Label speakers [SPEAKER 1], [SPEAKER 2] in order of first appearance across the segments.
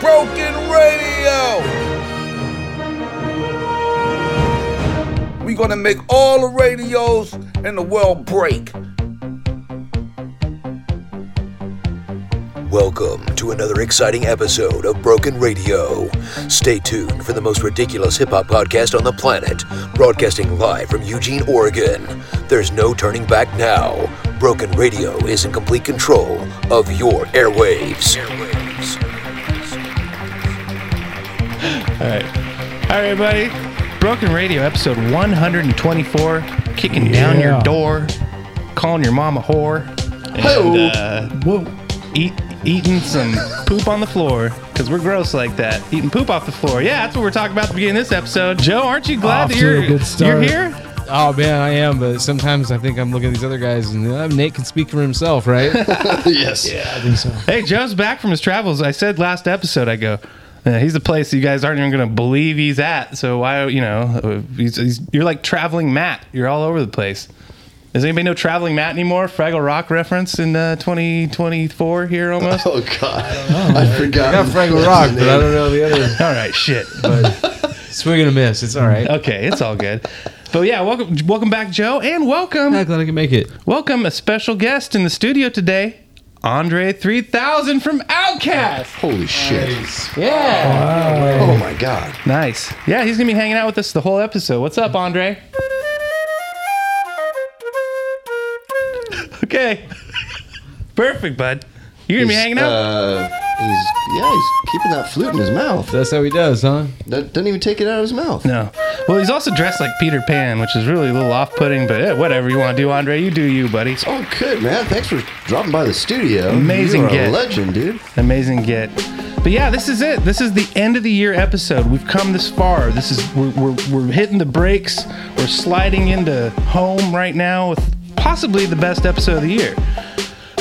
[SPEAKER 1] Broken Radio. We gonna make all the radios in the world break.
[SPEAKER 2] Welcome to another exciting episode of Broken Radio. Stay tuned for the most ridiculous hip hop podcast on the planet, broadcasting live from Eugene, Oregon. There's no turning back now. Broken Radio is in complete control of your airwaves.
[SPEAKER 3] All right. All right, everybody. Broken Radio, episode 124. Kicking down your
[SPEAKER 4] Yeah.
[SPEAKER 3] door, calling your mom a whore, and uh,
[SPEAKER 4] Whoa.
[SPEAKER 3] eat, eating some poop on the floor because we're gross like that. Eating poop off the floor. Yeah, that's what we're talking about at the beginning of this episode. Joe, aren't you glad
[SPEAKER 4] Off
[SPEAKER 3] that
[SPEAKER 4] to a
[SPEAKER 3] you're,
[SPEAKER 4] good
[SPEAKER 3] you're
[SPEAKER 4] start.
[SPEAKER 3] here?
[SPEAKER 4] Oh man, I am. But sometimes I think I'm looking at these other guys, and uh, Nate can speak for himself, right?
[SPEAKER 5] yes.
[SPEAKER 4] I think so.
[SPEAKER 3] Hey, Joe's back from his travels. I said last episode, I go, "Uh, he's the place you guys aren't even going to believe he's at. So why, you know, uh, he's, he's, you're like traveling Matt. You're all over the place. Does anybody know traveling Matt anymore? Fraggle Rock reference in uh, 2024 here almost.
[SPEAKER 5] Oh God, I forgot.
[SPEAKER 4] Got Fraggle Rock, but I don't know the other.
[SPEAKER 3] all right, shit.
[SPEAKER 4] Swing and a miss. It's all right.
[SPEAKER 3] Okay, it's all good. But yeah, welcome, welcome back, Joe, and
[SPEAKER 4] I'm
[SPEAKER 3] welcome,
[SPEAKER 4] glad I can make it.
[SPEAKER 3] welcome a special guest in the studio today, Andre 3000 from Outcast.
[SPEAKER 5] Holy shit!
[SPEAKER 4] Yeah.
[SPEAKER 5] Oh my God.
[SPEAKER 3] Nice. Yeah, he's gonna be hanging out with us the whole episode. What's up, Andre? Okay. Perfect, bud. You're gonna be hanging out.
[SPEAKER 5] Uh, he's yeah, he's keeping that flute in his mouth.
[SPEAKER 4] That's how he does, huh?
[SPEAKER 5] That doesn't even take it out of his mouth.
[SPEAKER 3] no. Well, he's also dressed like Peter Pan, which is really a little off-putting, but eh, whatever you want to do, Andre, you do you, buddy.
[SPEAKER 5] Oh, good man. Thanks for dropping by the studio.
[SPEAKER 3] Amazing
[SPEAKER 5] You're
[SPEAKER 3] get.
[SPEAKER 5] a legend, dude.
[SPEAKER 3] Amazing get. But yeah, this is it. This is the end of the year episode. We've come this far. This is we're, we're, we're hitting the brakes. We're sliding into home right now with possibly the best episode of the year.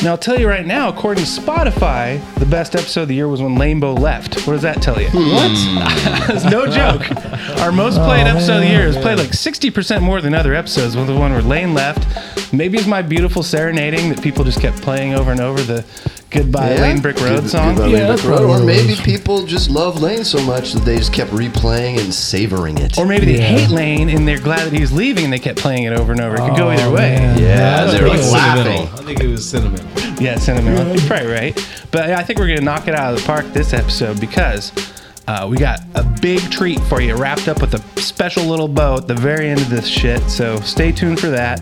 [SPEAKER 3] Now I'll tell you right now, according to Spotify, the best episode of the year was when Lambo left. What does that tell you?
[SPEAKER 6] Hmm.
[SPEAKER 3] What? That's no joke. Our
[SPEAKER 4] Oh,
[SPEAKER 3] most played episode of the year is played like 60% more than other episodes. Was the one where Lane left. Maybe it's my beautiful serenading that people just kept playing over and over the goodbye
[SPEAKER 5] Yeah?
[SPEAKER 3] Lane Brick Road
[SPEAKER 5] Good-
[SPEAKER 3] song.
[SPEAKER 5] Goodbye,
[SPEAKER 4] Yeah,
[SPEAKER 5] Lane Brick
[SPEAKER 4] that's probably
[SPEAKER 5] Road. Or
[SPEAKER 4] one of
[SPEAKER 5] maybe
[SPEAKER 4] those.
[SPEAKER 5] people just love Lane so much that they just kept replaying and savoring it.
[SPEAKER 3] Or maybe they
[SPEAKER 4] Yeah.
[SPEAKER 3] hate Lane and they're glad that he was leaving and they kept playing it over and over. It could go
[SPEAKER 4] Oh,
[SPEAKER 3] either way.
[SPEAKER 5] Yeah,
[SPEAKER 4] I
[SPEAKER 5] they're like
[SPEAKER 4] think it was
[SPEAKER 5] laughing.
[SPEAKER 4] sentimental. I think it was sentimental.
[SPEAKER 3] Yeah, sentimental. You're probably right. But I think we're going to knock it out of the park this episode because uh, we got a big treat for you wrapped up with a special little bow at the very end of this shit. So stay tuned for that.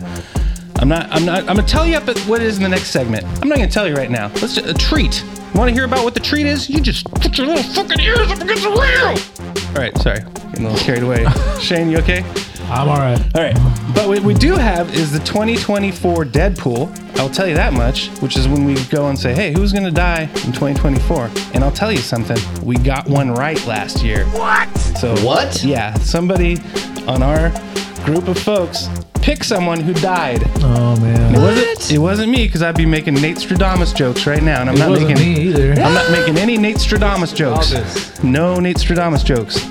[SPEAKER 3] I'm not, I'm not, I'm going to tell you up at what it is in the next segment. I'm not going to tell you right now. Let's just, a treat. Want to hear about what the treat is? You just put your little fucking ears up against the rail. All right, sorry. Getting a little carried away. Shane, you okay?
[SPEAKER 4] I'm all right.
[SPEAKER 3] All right, but what we do have is the 2024 Deadpool. I'll tell you that much, which is when we go and say, "Hey, who's going to die in 2024?" And I'll tell you something: we got one right last year. What? So
[SPEAKER 5] What?
[SPEAKER 3] Yeah, somebody on our group of folks picked someone who died.
[SPEAKER 4] Oh man.
[SPEAKER 3] It wasn't, it wasn't me because I'd be making Nate Stradamus jokes right now, and I'm
[SPEAKER 4] It
[SPEAKER 3] not
[SPEAKER 4] wasn't
[SPEAKER 3] making
[SPEAKER 4] me either.
[SPEAKER 3] I'm not making any Nate Stradamus jokes.
[SPEAKER 4] Stradamus.
[SPEAKER 3] No Nate Stradamus jokes.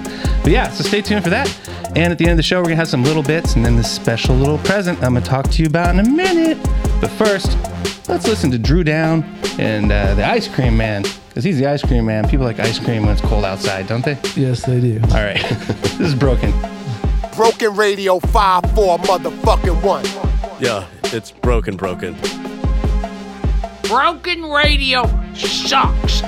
[SPEAKER 3] But yeah, so stay tuned for that. And at the end of the show, we're gonna have some little bits and then this special little present I'm gonna talk to you about in a minute. But first, let's listen to Drew Down and uh, the Ice Cream Man, because he's the Ice Cream Man. People like ice cream when it's cold outside, don't they?
[SPEAKER 4] Yes, they do.
[SPEAKER 3] All right, this is broken.
[SPEAKER 7] Broken Radio 5 4 motherfucking 1.
[SPEAKER 8] Yeah, it's broken, broken.
[SPEAKER 9] Broken radio sucks.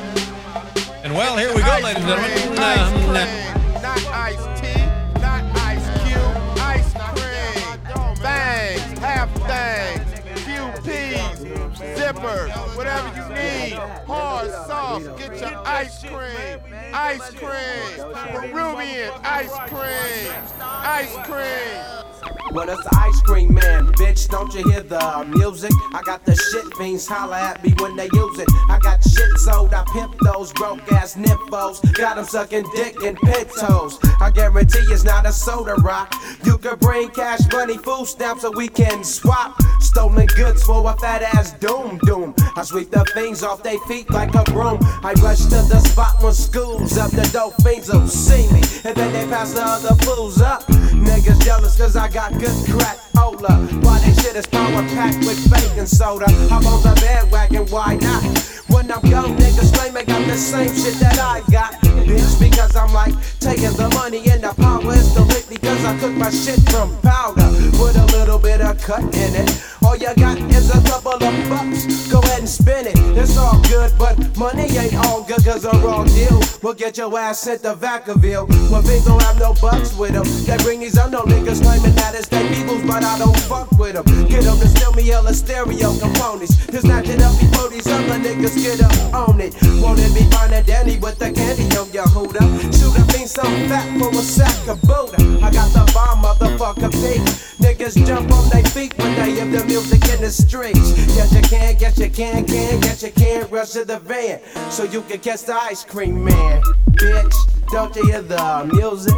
[SPEAKER 4] And well, here we go, ladies and gentlemen. Um,
[SPEAKER 7] Not iced tea, not ice cube, ice cream. Bangs, half things, QPs, zippers, whatever you need. Hard, soft, get your ice cream. Ice cream, Peruvian ice cream, ice cream.
[SPEAKER 10] Well, it's the ice cream man, bitch. Don't you hear the music? I got the shit fiends holler at me when they use it. I got shit sold, I pimp those broke ass nymphos. Got them sucking dick and pintos. I guarantee it's not a soda rock. You could bring cash, money, food stamps, so we can swap. Stolen goods for a fat ass doom doom. I sweep the things off their feet like a broom. I rush to the spot when schools up. The dope fiends will see me. And then they pass the other fools up. Niggas jealous cause I got good crack. Ola. Why they shit is power packed with baking soda. I'm on the bandwagon, why not? When I'm young, niggas claim they got the same shit that I got. Bitch, because I'm like taking the money and the power is the lick because I took my shit from powder with a little bit of cut in it. All you got is a couple of bucks. Go ahead and spin it. It's all good, but money ain't all good cause a raw deal. We'll get your ass sent to Vacaville. When things don't have no bucks with them, they bring these unknown niggas claiming that it's their eagles, but I don't fuck with them. Get them to steal me hella stereo components. Just knock it up before these other niggas get up on it. Won't it be fine and dandy with the candy on your Yehuda? Shoot a fiend so fat for a sack of Buddha. I got the bomb, motherfucker, peak. Niggas jump on their feet when they hear the music in the streets. Yes, you can, yes, you can, can, yes, you can. Rush to the van so you can catch the ice cream man. Bitch, don't you hear the music?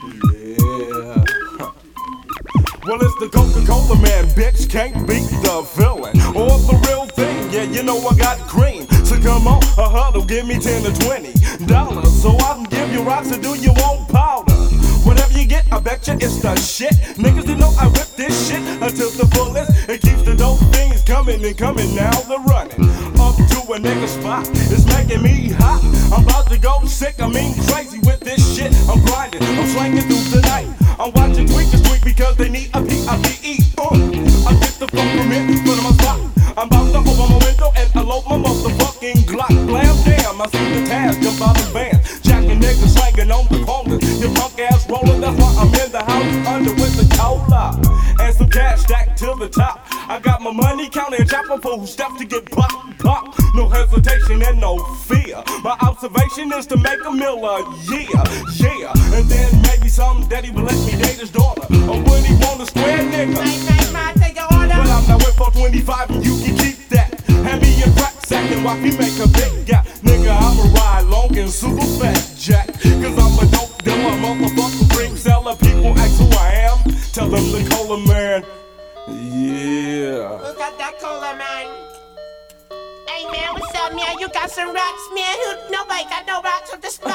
[SPEAKER 7] yeah. Well, it's the Coca-Cola man, bitch. Can't beat the villain or the real thing. Yeah, you know I got cream. So come on, a huddle, give me ten to twenty dollars so I can give you rocks to do your own powder. Whatever you get, I bet you it's the shit. Niggas, you know I rip this shit until the fullest. It keeps the dope things coming and coming. Now they're running up to a nigga spot. It's making me hot. I'm about to go sick. I mean crazy with this shit. I'm grinding. I'm slanging through the night. I'm watching tweakers tweak because they need a P-I-P-E. Uh, I get the fuck from it, put on my spot. I'm about to open my window and elope my motherfucking Glock. Blam damn, I see the task jump out the van. Jacking niggas slanging on the corners. Your punk ass rolling, that's why I'm in the house under with the cola. And some cash stacked to the top. I got my money counting and chopping for who steps to get popped, pop. No hesitation and no fear. My observation is to make a mill a year, yeah. And then maybe some daddy will let me date his daughter. Or when he want a square nigga. Well, I'm not with for 25 and you can keep that. Hand me your crack sack and watch me make a big gap. Nigga, I'ma ride long and super fat jack. Cause I'm a dope dealer, motherfucker, drink seller. People ask who I am, tell them the cola man. Yeah.
[SPEAKER 6] Who got that cola, man? Hey man, what's up, man? You got some rocks, man. Who, nobody got no rocks on the spot.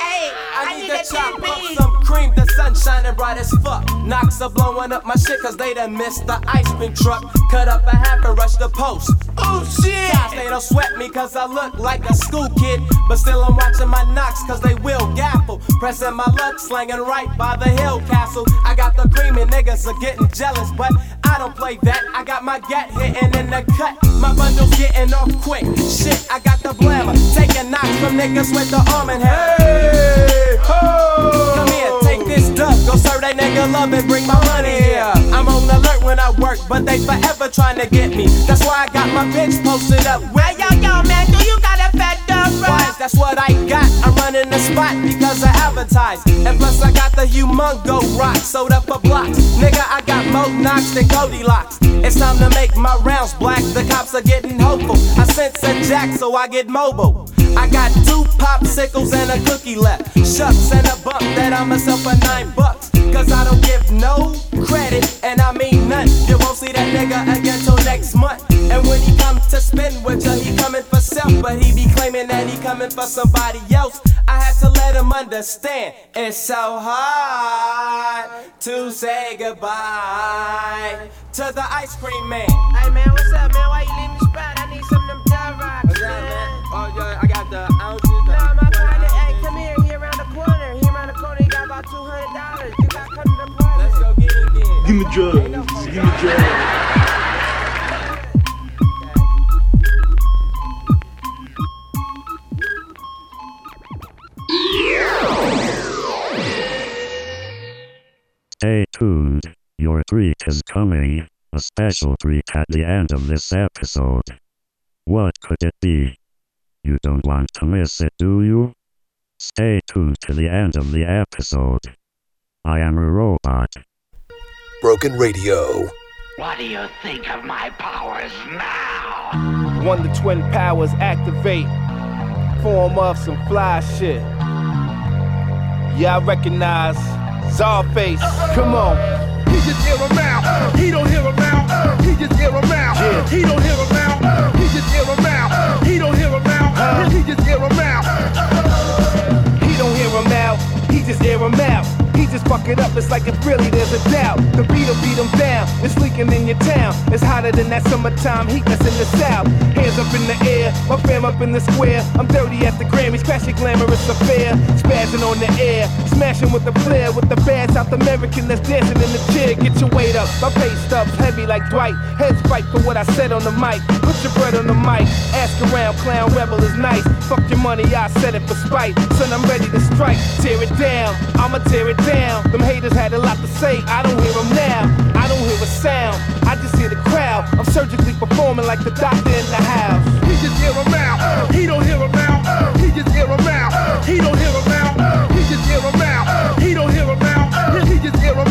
[SPEAKER 6] hey, I, need, a
[SPEAKER 10] to chop
[SPEAKER 6] ten
[SPEAKER 10] up
[SPEAKER 6] piece.
[SPEAKER 10] some cream, the sun shining bright as fuck. Knocks are blowing up my shit cause they done missed the ice cream truck. Cut up a half and rush the post. Oh shit! Guys, they don't sweat me cause I look like a school kid. But still I'm watching my knocks cause they will gaffle. Pressing my luck, slanging right by the hill castle. I got the cream and niggas are getting jealous, but I don't play that. I got my gat hitting in the cut. My bundle's getting off quick. Shit, I got the blammer. Taking knocks from niggas with the arm and hey, Come here, take this duck. Go serve that nigga love and bring my money here. I'm on alert when I work, but they forever trying to get me. That's why I got my bitch posted up. Where
[SPEAKER 6] Hey yo yo, man, do you got a fat dog
[SPEAKER 10] Wise,
[SPEAKER 6] rock?
[SPEAKER 10] that's what I got. I'm running the spot because I advertise. And plus, I got the humongo rock sold up a block. Nigga, I got more knocks than Goldilocks. It's time to make my rounds black. The cops are getting hopeful. I sense a jack, so I get mobile. I got two popsicles and a cookie left. Shucks and a bump that I'm going to sell for nine bucks. Cause I don't give no credit, and I mean none. You won't see that nigga again till next month. And when he comes to spend with ya, he coming for self, but he be claiming that he coming for somebody else. I had to let him understand it's so hard to say goodbye to the ice cream man.
[SPEAKER 6] Hey man, what's up, man? Why you leave me spot? I need some of them dog rocks, man.
[SPEAKER 10] Oh, yeah, I got the ounces.
[SPEAKER 6] No, my partner, hey, come here, he around the corner. He around the corner, he got about two hundred dollars. You got to come to the party.
[SPEAKER 10] Let's go get it again.
[SPEAKER 11] Give me drugs. Give me drugs.
[SPEAKER 12] Stay tuned. Your treat is coming. A special treat at the end of this episode. What could it be? You don't want to miss it, do you? Stay tuned to the end of the episode. I am a robot.
[SPEAKER 2] Broken Radio.
[SPEAKER 9] What do you think of my powers now?
[SPEAKER 7] One the twin powers activate. Form of some fly shit. Yeah, I recognize
[SPEAKER 9] Sawface. Come on.
[SPEAKER 13] He just hear him out. He don't hear him out. He just hear him out. He don't hear him out. He just hear him out. He don't hear him
[SPEAKER 9] Uh.
[SPEAKER 13] out. He just hear him out.
[SPEAKER 9] He don't hear him out. He just air him out. He just fuck it up. It's like if really there's a doubt. The beat'll beat him down. It's leaking in your town. It's hotter than that summertime heat that's in the south. Hands up in the air. My fam up in the square. I'm dirty at the Grammys. Crashing glamorous affair. Spazzing on the air. Smashing with the flair. With the bad South American that's dancing in the chair. Get your weight up. My pay stubs heavy like Dwight. Heads fight for what I said on the mic. Put your bread on the mic. Ask around. Clown Rebel is nice. Fuck your money. I said it for spite. Son, I'm ready to strike. Tear it down. I'ma tear it down. Them haters had a lot to say. I don't hear them now. I don't hear a sound. I just hear the crowd. I'm surgically performing like the doctor in the house.
[SPEAKER 13] He just hear him out. He don't hear him out. He just hear him out. He don't hear him out. He just hear him out. He don't hear him out. He just hear him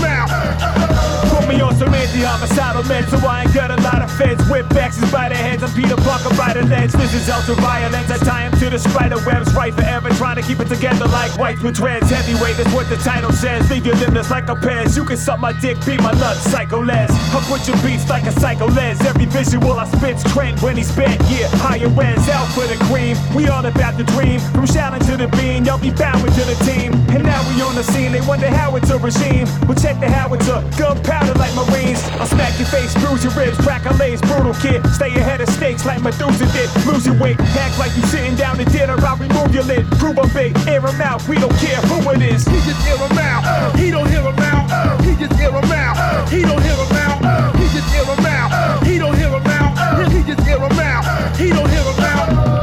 [SPEAKER 13] out.
[SPEAKER 9] Put me on Serenity, I'm a solid man, so I ain't got a lot of feds. Whip axes by their heads, I'm Peter Parker by the lens. This is ultraviolence, I tie him to the spider webs, right forever, trying to keep it together like whites with dreads. Heavyweight is what the title says, leave your limbless like a pez. You can suck my dick, be my nut, psycho les. I put your beats like a psycho les. Every visual I spit's Trent when he spit, yeah, higher ends, out for the cream. We all about the dream, from shouting to the bean, y'all be bowing to the team. And now we on the scene, they wonder how it's a regime. But check the howitzer, gunpowder powder like Marines. I'll smack your face, bruise your ribs, crack a lace, brutal kid. Stay ahead of stakes like Medusa did. Lose your weight, act like you sitting down to dinner. I'll remove your lid, prove a big, air him out. We don't care who it is.
[SPEAKER 13] He just hear him out. He don't hear him out. He just hear him out. He don't hear him out. He just hear him out. He don't hear him out. He just hear him out. He don't hear him out.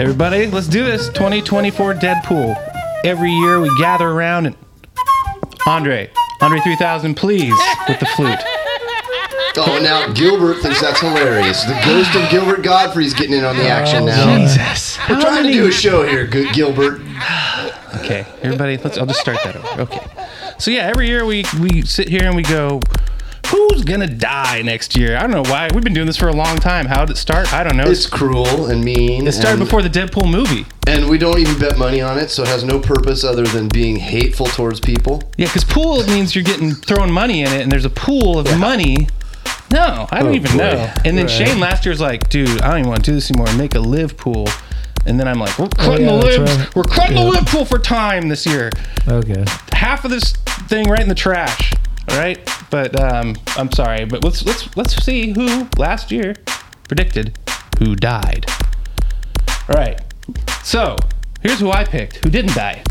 [SPEAKER 3] Everybody, let's do this. 2024 Deadpool. Every year we gather around and Andre, Andre 3000, please, with the flute.
[SPEAKER 5] Oh, now Gilbert thinks that's hilarious. The ghost of Gilbert Godfrey's getting in on the action now.
[SPEAKER 3] Jesus.
[SPEAKER 5] We're
[SPEAKER 3] How
[SPEAKER 5] trying
[SPEAKER 3] many-
[SPEAKER 5] to do a show here, good Gilbert.
[SPEAKER 3] Okay, everybody, let's. I'll just start that over. Okay. So yeah, every year we we sit here and we go, who's gonna die next year? I don't know why. We've been doing this for a long time. How did it start? I don't know.
[SPEAKER 5] It's cruel and mean.
[SPEAKER 3] It started
[SPEAKER 5] and-
[SPEAKER 3] before the Deadpool movie.
[SPEAKER 5] And we don't even bet money on it, so it has no purpose other than being hateful towards people.
[SPEAKER 3] Yeah, because pool means you're getting thrown money in it, and there's a pool of money. No, I don't
[SPEAKER 5] Oh,
[SPEAKER 3] even
[SPEAKER 5] boy.
[SPEAKER 3] know. And then
[SPEAKER 5] Right.
[SPEAKER 3] Shane last year's like, dude, I don't even want to do this anymore. Make a live pool. And then I'm like, we're cutting
[SPEAKER 4] Oh, yeah,
[SPEAKER 3] the
[SPEAKER 4] that's
[SPEAKER 3] libs.
[SPEAKER 4] right.
[SPEAKER 3] We're cutting
[SPEAKER 4] Yeah.
[SPEAKER 3] the lib pool for time this year.
[SPEAKER 4] Okay.
[SPEAKER 3] half of this thing right in the trash. All right, but um, I'm sorry, but let's let's let's see who last year predicted who died. All right, so here's who I picked who didn't die.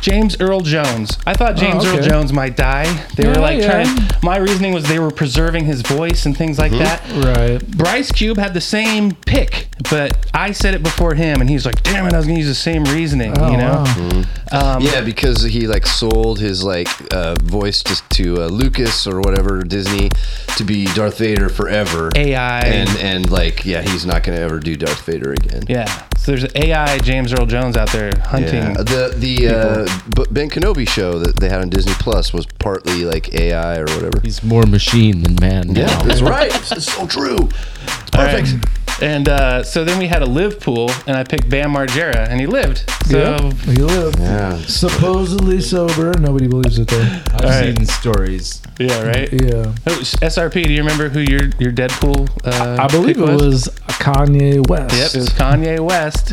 [SPEAKER 3] James Earl Jones. I thought
[SPEAKER 4] Oh,
[SPEAKER 3] James Earl
[SPEAKER 4] okay.
[SPEAKER 3] Jones might die. They were
[SPEAKER 4] Yeah,
[SPEAKER 3] like
[SPEAKER 4] yeah.
[SPEAKER 3] trying. My reasoning was they were preserving his voice and things like that.
[SPEAKER 4] Right.
[SPEAKER 3] Bryce Cube had the same pick, but I said it before him, and he was like, "Damn it, I was gonna use the same reasoning."
[SPEAKER 4] Oh,
[SPEAKER 3] you know.
[SPEAKER 4] wow.
[SPEAKER 3] Um,
[SPEAKER 5] Mm-hmm. yeah, because he like sold his like uh, voice to, to uh, Lucas or whatever Disney to be Darth Vader forever.
[SPEAKER 3] AI.
[SPEAKER 5] and and like yeah, he's not gonna ever do Darth Vader again.
[SPEAKER 3] Yeah. So there's AI James Earl Jones out there hunting.
[SPEAKER 5] Yeah. The the uh, B- Ben Kenobi show that they had on Disney Plus was partly like AI or whatever.
[SPEAKER 4] He's more machine than man.
[SPEAKER 5] Yeah,
[SPEAKER 4] now.
[SPEAKER 5] that's right. It's so true. It's
[SPEAKER 3] All right.
[SPEAKER 5] perfect.
[SPEAKER 3] And uh, so then we had a live pool, and I picked Bam Margera, and he lived. So
[SPEAKER 4] Yeah, he lived.
[SPEAKER 5] Yeah.
[SPEAKER 14] Supposedly sober. Nobody believes it though.
[SPEAKER 4] I've
[SPEAKER 3] right.
[SPEAKER 4] seen stories.
[SPEAKER 3] yeah, right.
[SPEAKER 14] Yeah.
[SPEAKER 3] Oh, SRP, do you remember who your your Deadpool? Uh,
[SPEAKER 14] I believe
[SPEAKER 3] pick
[SPEAKER 14] it was Kanye West.
[SPEAKER 3] Yep, it was Kanye West.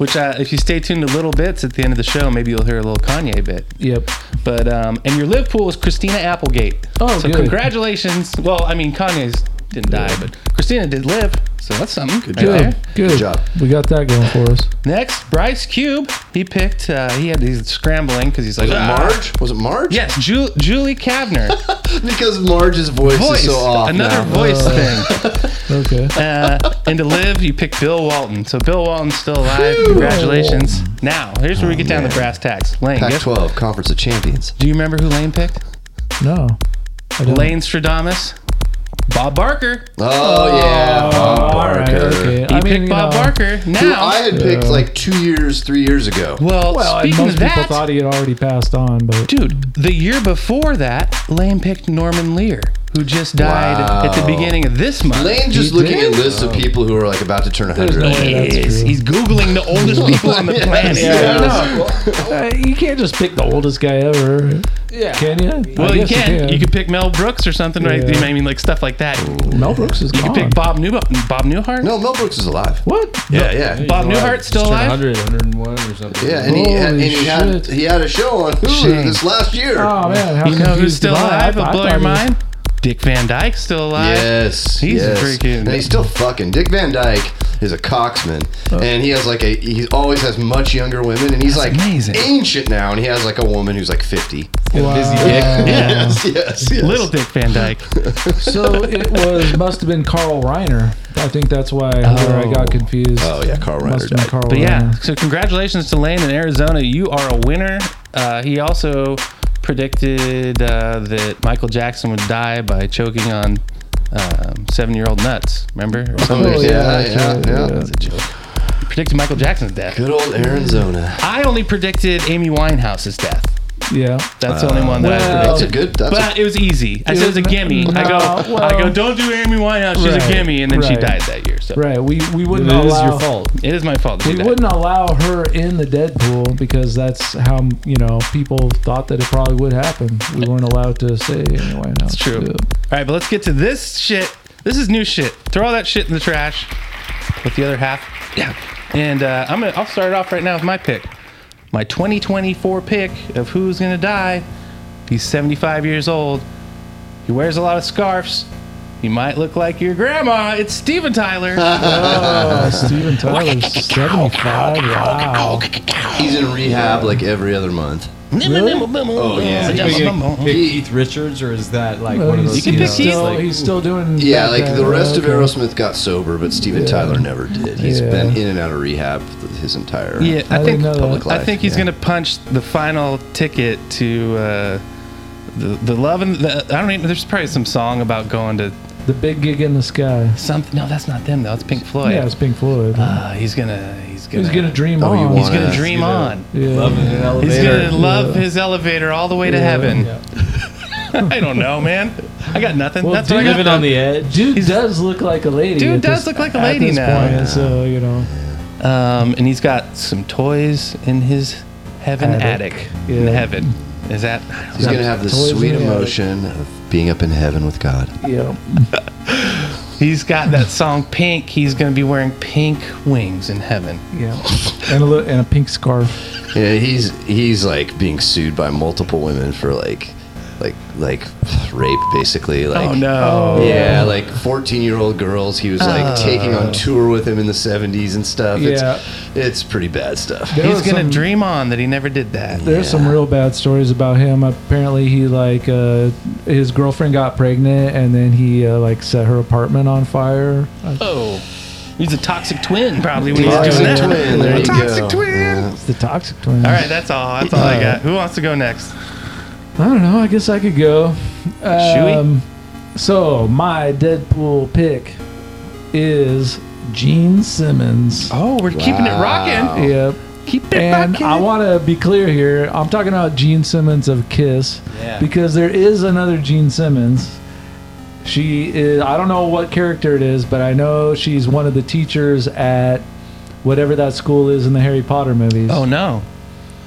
[SPEAKER 3] Which, uh, if you stay tuned to little bits at the end of the show, maybe you'll hear a little Kanye bit.
[SPEAKER 14] Yep.
[SPEAKER 3] But um, and your live pool was Christina Applegate.
[SPEAKER 14] Oh,
[SPEAKER 3] so
[SPEAKER 14] good.
[SPEAKER 3] congratulations. Well, I mean Kanye's didn't die, but Christina did live, so that's something. Good
[SPEAKER 14] Good. Good. job. We got that going for us.
[SPEAKER 3] Next, Bryce Cube. He picked. Uh, he had. He's scrambling because he's like.
[SPEAKER 5] Was it
[SPEAKER 3] "Ah."
[SPEAKER 5] Marge? Was it Marge?
[SPEAKER 3] Yes, Ju- Julie Kavner.
[SPEAKER 5] Because Marge's voice,
[SPEAKER 3] voice.
[SPEAKER 5] is so off.
[SPEAKER 3] another
[SPEAKER 5] now.
[SPEAKER 3] voice
[SPEAKER 5] Uh,
[SPEAKER 3] thing.
[SPEAKER 14] Okay.
[SPEAKER 3] Uh, and to live, you picked Bill Walton. So Bill Walton's still alive. Congratulations. Now, here's where we
[SPEAKER 14] Oh,
[SPEAKER 3] get down to brass tacks. Lane, guess-
[SPEAKER 5] Pac-12 Conference of Champions.
[SPEAKER 3] do you remember who Lane picked?
[SPEAKER 14] No. I don't.
[SPEAKER 3] Lane Stradamus. Bob Barker.
[SPEAKER 5] Oh, yeah, Bob Barker.
[SPEAKER 14] okay.
[SPEAKER 3] He picked Bob Barker. Now
[SPEAKER 5] Who I had picked
[SPEAKER 14] Yeah.
[SPEAKER 5] like two years, three years ago.
[SPEAKER 3] Well,
[SPEAKER 14] Well, and
[SPEAKER 3] speaking
[SPEAKER 14] most
[SPEAKER 3] of that,
[SPEAKER 14] people thought he had already passed on, but
[SPEAKER 3] dude, the year before that, Lane picked Norman Lear, who just died at the
[SPEAKER 5] Wow.
[SPEAKER 3] beginning of this month. Oh.
[SPEAKER 5] Lane just looking at lists of people who are like about to turn 100.
[SPEAKER 3] no way that's Yes, true. he's Googling the oldest people on the planet.
[SPEAKER 14] Yeah, uh, you can't just pick the oldest guy ever. Yeah. Can you? I
[SPEAKER 3] Well, you
[SPEAKER 14] guess
[SPEAKER 3] can. You could pick Mel Brooks or something, right?
[SPEAKER 14] Yeah.
[SPEAKER 3] I mean, like stuff like that.
[SPEAKER 14] Mel Brooks is
[SPEAKER 3] You
[SPEAKER 14] gone.
[SPEAKER 3] could pick Bob New Bob Newhart.
[SPEAKER 5] No, Mel Brooks is alive.
[SPEAKER 14] What?
[SPEAKER 5] Yeah, yeah.
[SPEAKER 3] Bob Newhart's still
[SPEAKER 4] Just
[SPEAKER 3] alive?
[SPEAKER 4] turned 100, 101 or something.
[SPEAKER 5] Yeah, and, he had, and
[SPEAKER 14] Holy
[SPEAKER 5] he,
[SPEAKER 14] shit.
[SPEAKER 5] had, he had a show on Hulu
[SPEAKER 3] Shame.
[SPEAKER 5] this last year.
[SPEAKER 14] Oh man, how
[SPEAKER 3] You know
[SPEAKER 14] confused
[SPEAKER 3] who's still
[SPEAKER 14] am I? I
[SPEAKER 3] alive? Will
[SPEAKER 14] thought-
[SPEAKER 3] blow
[SPEAKER 14] I thought
[SPEAKER 3] your
[SPEAKER 14] he was-
[SPEAKER 3] mind. Dick Van Dyke's still alive.
[SPEAKER 5] Yes,
[SPEAKER 3] He's
[SPEAKER 5] yes.
[SPEAKER 3] freaking.
[SPEAKER 5] And he's still fucking. Dick Van Dyke is a coxman,
[SPEAKER 14] Oh.
[SPEAKER 5] and he has like a. He always has much younger women, and he's
[SPEAKER 3] That's
[SPEAKER 5] like
[SPEAKER 3] amazing.
[SPEAKER 5] ancient now, and he has like a woman who's like fifty.
[SPEAKER 14] Wow.
[SPEAKER 5] Yes, yes, yes.
[SPEAKER 3] Little Dick Van Dyke.
[SPEAKER 14] so it was must have been Carl Reiner. I think that's why where I got confused.
[SPEAKER 5] Oh yeah, Carl Reiner
[SPEAKER 14] must have been
[SPEAKER 5] died.
[SPEAKER 14] Carl
[SPEAKER 3] But yeah,
[SPEAKER 14] Reiner.
[SPEAKER 3] so congratulations to Lane in Arizona. You are a winner. Uh, he also predicted uh, that Michael Jackson would die by choking on um, seven-year-old nuts. Remember? Or something.
[SPEAKER 5] Oh,
[SPEAKER 14] Oh, yeah,
[SPEAKER 5] yeah, yeah,
[SPEAKER 14] that's
[SPEAKER 5] yeah,
[SPEAKER 14] right, yeah.
[SPEAKER 5] That's a joke.
[SPEAKER 3] He predicted Michael Jackson's death.
[SPEAKER 5] Good old Arizona.
[SPEAKER 3] I only predicted Amy Winehouse's death.
[SPEAKER 14] Yeah.
[SPEAKER 3] That's the only one that I
[SPEAKER 14] well,
[SPEAKER 3] predicted.
[SPEAKER 5] That's a good. That's
[SPEAKER 3] But it was easy. I said it was a gimme. I go,
[SPEAKER 14] No,
[SPEAKER 3] I go.
[SPEAKER 14] well-
[SPEAKER 3] Don't do Amy Winehouse. She's a
[SPEAKER 14] Right,
[SPEAKER 3] gimme, and then she
[SPEAKER 14] right.
[SPEAKER 3] died that year. So
[SPEAKER 14] Right. We we wouldn't
[SPEAKER 4] It is
[SPEAKER 14] allow
[SPEAKER 4] your fault.
[SPEAKER 3] it is my fault. That
[SPEAKER 14] We
[SPEAKER 3] she died.
[SPEAKER 14] wouldn't allow her in the Deadpool because that's how you know people thought that it probably would happen. We weren't allowed to say anyway. That's
[SPEAKER 3] It's true. All right, but let's get to this shit. This is new shit. Throw all that shit in the trash with the other half. Yeah. And uh, I'm gonna. I'll start it off right now with my pick. My 2024 pick of who's gonna die. He's 75 years old. He wears a lot of scarves. He might look like your grandma. It's Steven Tyler. Uh,
[SPEAKER 14] Oh, Steven Tyler's seventy-five. Wow.
[SPEAKER 5] he's in rehab like every other month.
[SPEAKER 3] Oh
[SPEAKER 5] yeah.
[SPEAKER 4] Did you pick- pick Keith Richards, or is that like one of those?
[SPEAKER 14] he's,
[SPEAKER 3] You can pick
[SPEAKER 4] know,
[SPEAKER 3] Keith.
[SPEAKER 14] still,
[SPEAKER 4] like-
[SPEAKER 14] he's still doing.
[SPEAKER 5] Yeah,
[SPEAKER 14] that
[SPEAKER 5] like
[SPEAKER 4] uh,
[SPEAKER 14] guy.
[SPEAKER 5] the rest of
[SPEAKER 14] Okay.
[SPEAKER 5] Aerosmith got sober, but Steven Tyler never did. He's
[SPEAKER 14] Yeah.
[SPEAKER 5] been in and out of rehab th- his entire
[SPEAKER 3] Yeah, I
[SPEAKER 14] I
[SPEAKER 3] think
[SPEAKER 14] didn't know that.
[SPEAKER 5] public life.
[SPEAKER 3] I think he's
[SPEAKER 5] yeah.
[SPEAKER 3] gonna punch the final ticket to uh, the the love and the, I don't even. There's probably some song about going to
[SPEAKER 14] The big gig in the sky.
[SPEAKER 3] something. No, that's not them though. It's Pink Floyd.
[SPEAKER 14] Yeah, it's Pink Floyd.
[SPEAKER 3] Uh, he's gonna he's gonna
[SPEAKER 14] he's gonna dream
[SPEAKER 5] Oh, you
[SPEAKER 14] on.
[SPEAKER 5] want-
[SPEAKER 3] he's gonna
[SPEAKER 5] Wanna-
[SPEAKER 3] dream on.
[SPEAKER 14] yeah.
[SPEAKER 4] Love in an
[SPEAKER 3] He's
[SPEAKER 4] elevator.
[SPEAKER 3] gonna love his elevator all the way to
[SPEAKER 14] Yeah.
[SPEAKER 3] heaven. I don't know, man. I got nothing.
[SPEAKER 14] Well,
[SPEAKER 3] that's
[SPEAKER 14] do
[SPEAKER 3] what I
[SPEAKER 14] you
[SPEAKER 3] got.
[SPEAKER 4] Living on the edge.
[SPEAKER 14] Dude does look like a lady.
[SPEAKER 3] Dude
[SPEAKER 14] at
[SPEAKER 3] does
[SPEAKER 14] this-
[SPEAKER 3] look like a
[SPEAKER 14] at
[SPEAKER 3] lady
[SPEAKER 14] this
[SPEAKER 3] now.
[SPEAKER 14] point, so you know.
[SPEAKER 3] Um, and he's got some toys in his heaven attic,
[SPEAKER 14] Attic.
[SPEAKER 3] in
[SPEAKER 14] Yeah.
[SPEAKER 3] heaven. Is that I don't
[SPEAKER 5] He's
[SPEAKER 3] know.
[SPEAKER 5] gonna have the
[SPEAKER 14] Toys in
[SPEAKER 5] sweet
[SPEAKER 14] the attic.
[SPEAKER 5] emotion of being up in heaven with God.
[SPEAKER 14] Yeah.
[SPEAKER 3] He's got that song Pink. He's going to be wearing pink wings in heaven.
[SPEAKER 14] Yeah. And a little, and a pink scarf.
[SPEAKER 5] Yeah, he's he's like being sued by multiple women for like like like rape basically. Like
[SPEAKER 3] oh, no.
[SPEAKER 5] Yeah, like 14 year old girls he was like taking on tour with him in the 70s and stuff.
[SPEAKER 14] Oh. Yeah.
[SPEAKER 5] It's, it's pretty bad stuff.
[SPEAKER 14] There
[SPEAKER 3] He's
[SPEAKER 14] was
[SPEAKER 3] going to
[SPEAKER 14] some-
[SPEAKER 3] dream on that he never did that.
[SPEAKER 14] There's some real bad stories about him. Apparently, he like uh, his girlfriend got pregnant, and then he uh, like set her apartment on fire.
[SPEAKER 3] Oh. He's a toxic twin, probably, when he's
[SPEAKER 5] Toxic
[SPEAKER 3] doing that.
[SPEAKER 5] twin, there you
[SPEAKER 3] toxic
[SPEAKER 5] go.
[SPEAKER 3] twin.
[SPEAKER 5] Yeah.
[SPEAKER 14] It's the toxic twin. Uh,
[SPEAKER 3] All right, that's all. That's all I got. Who wants to go next?
[SPEAKER 14] I don't know. I guess I could go.
[SPEAKER 3] we?
[SPEAKER 14] Um, so my Deadpool pick is Gene Simmons.
[SPEAKER 3] Oh, we're keeping it rocking.
[SPEAKER 14] Yep.
[SPEAKER 3] Keep it
[SPEAKER 14] And
[SPEAKER 3] rocking.
[SPEAKER 14] I want to be clear here. I'm talking about Gene Simmons of Kiss because there is another Gene Simmons. She is, I don't know what character it is, but I know she's one of the teachers at whatever that school is in the Harry Potter movies.
[SPEAKER 3] oh, no.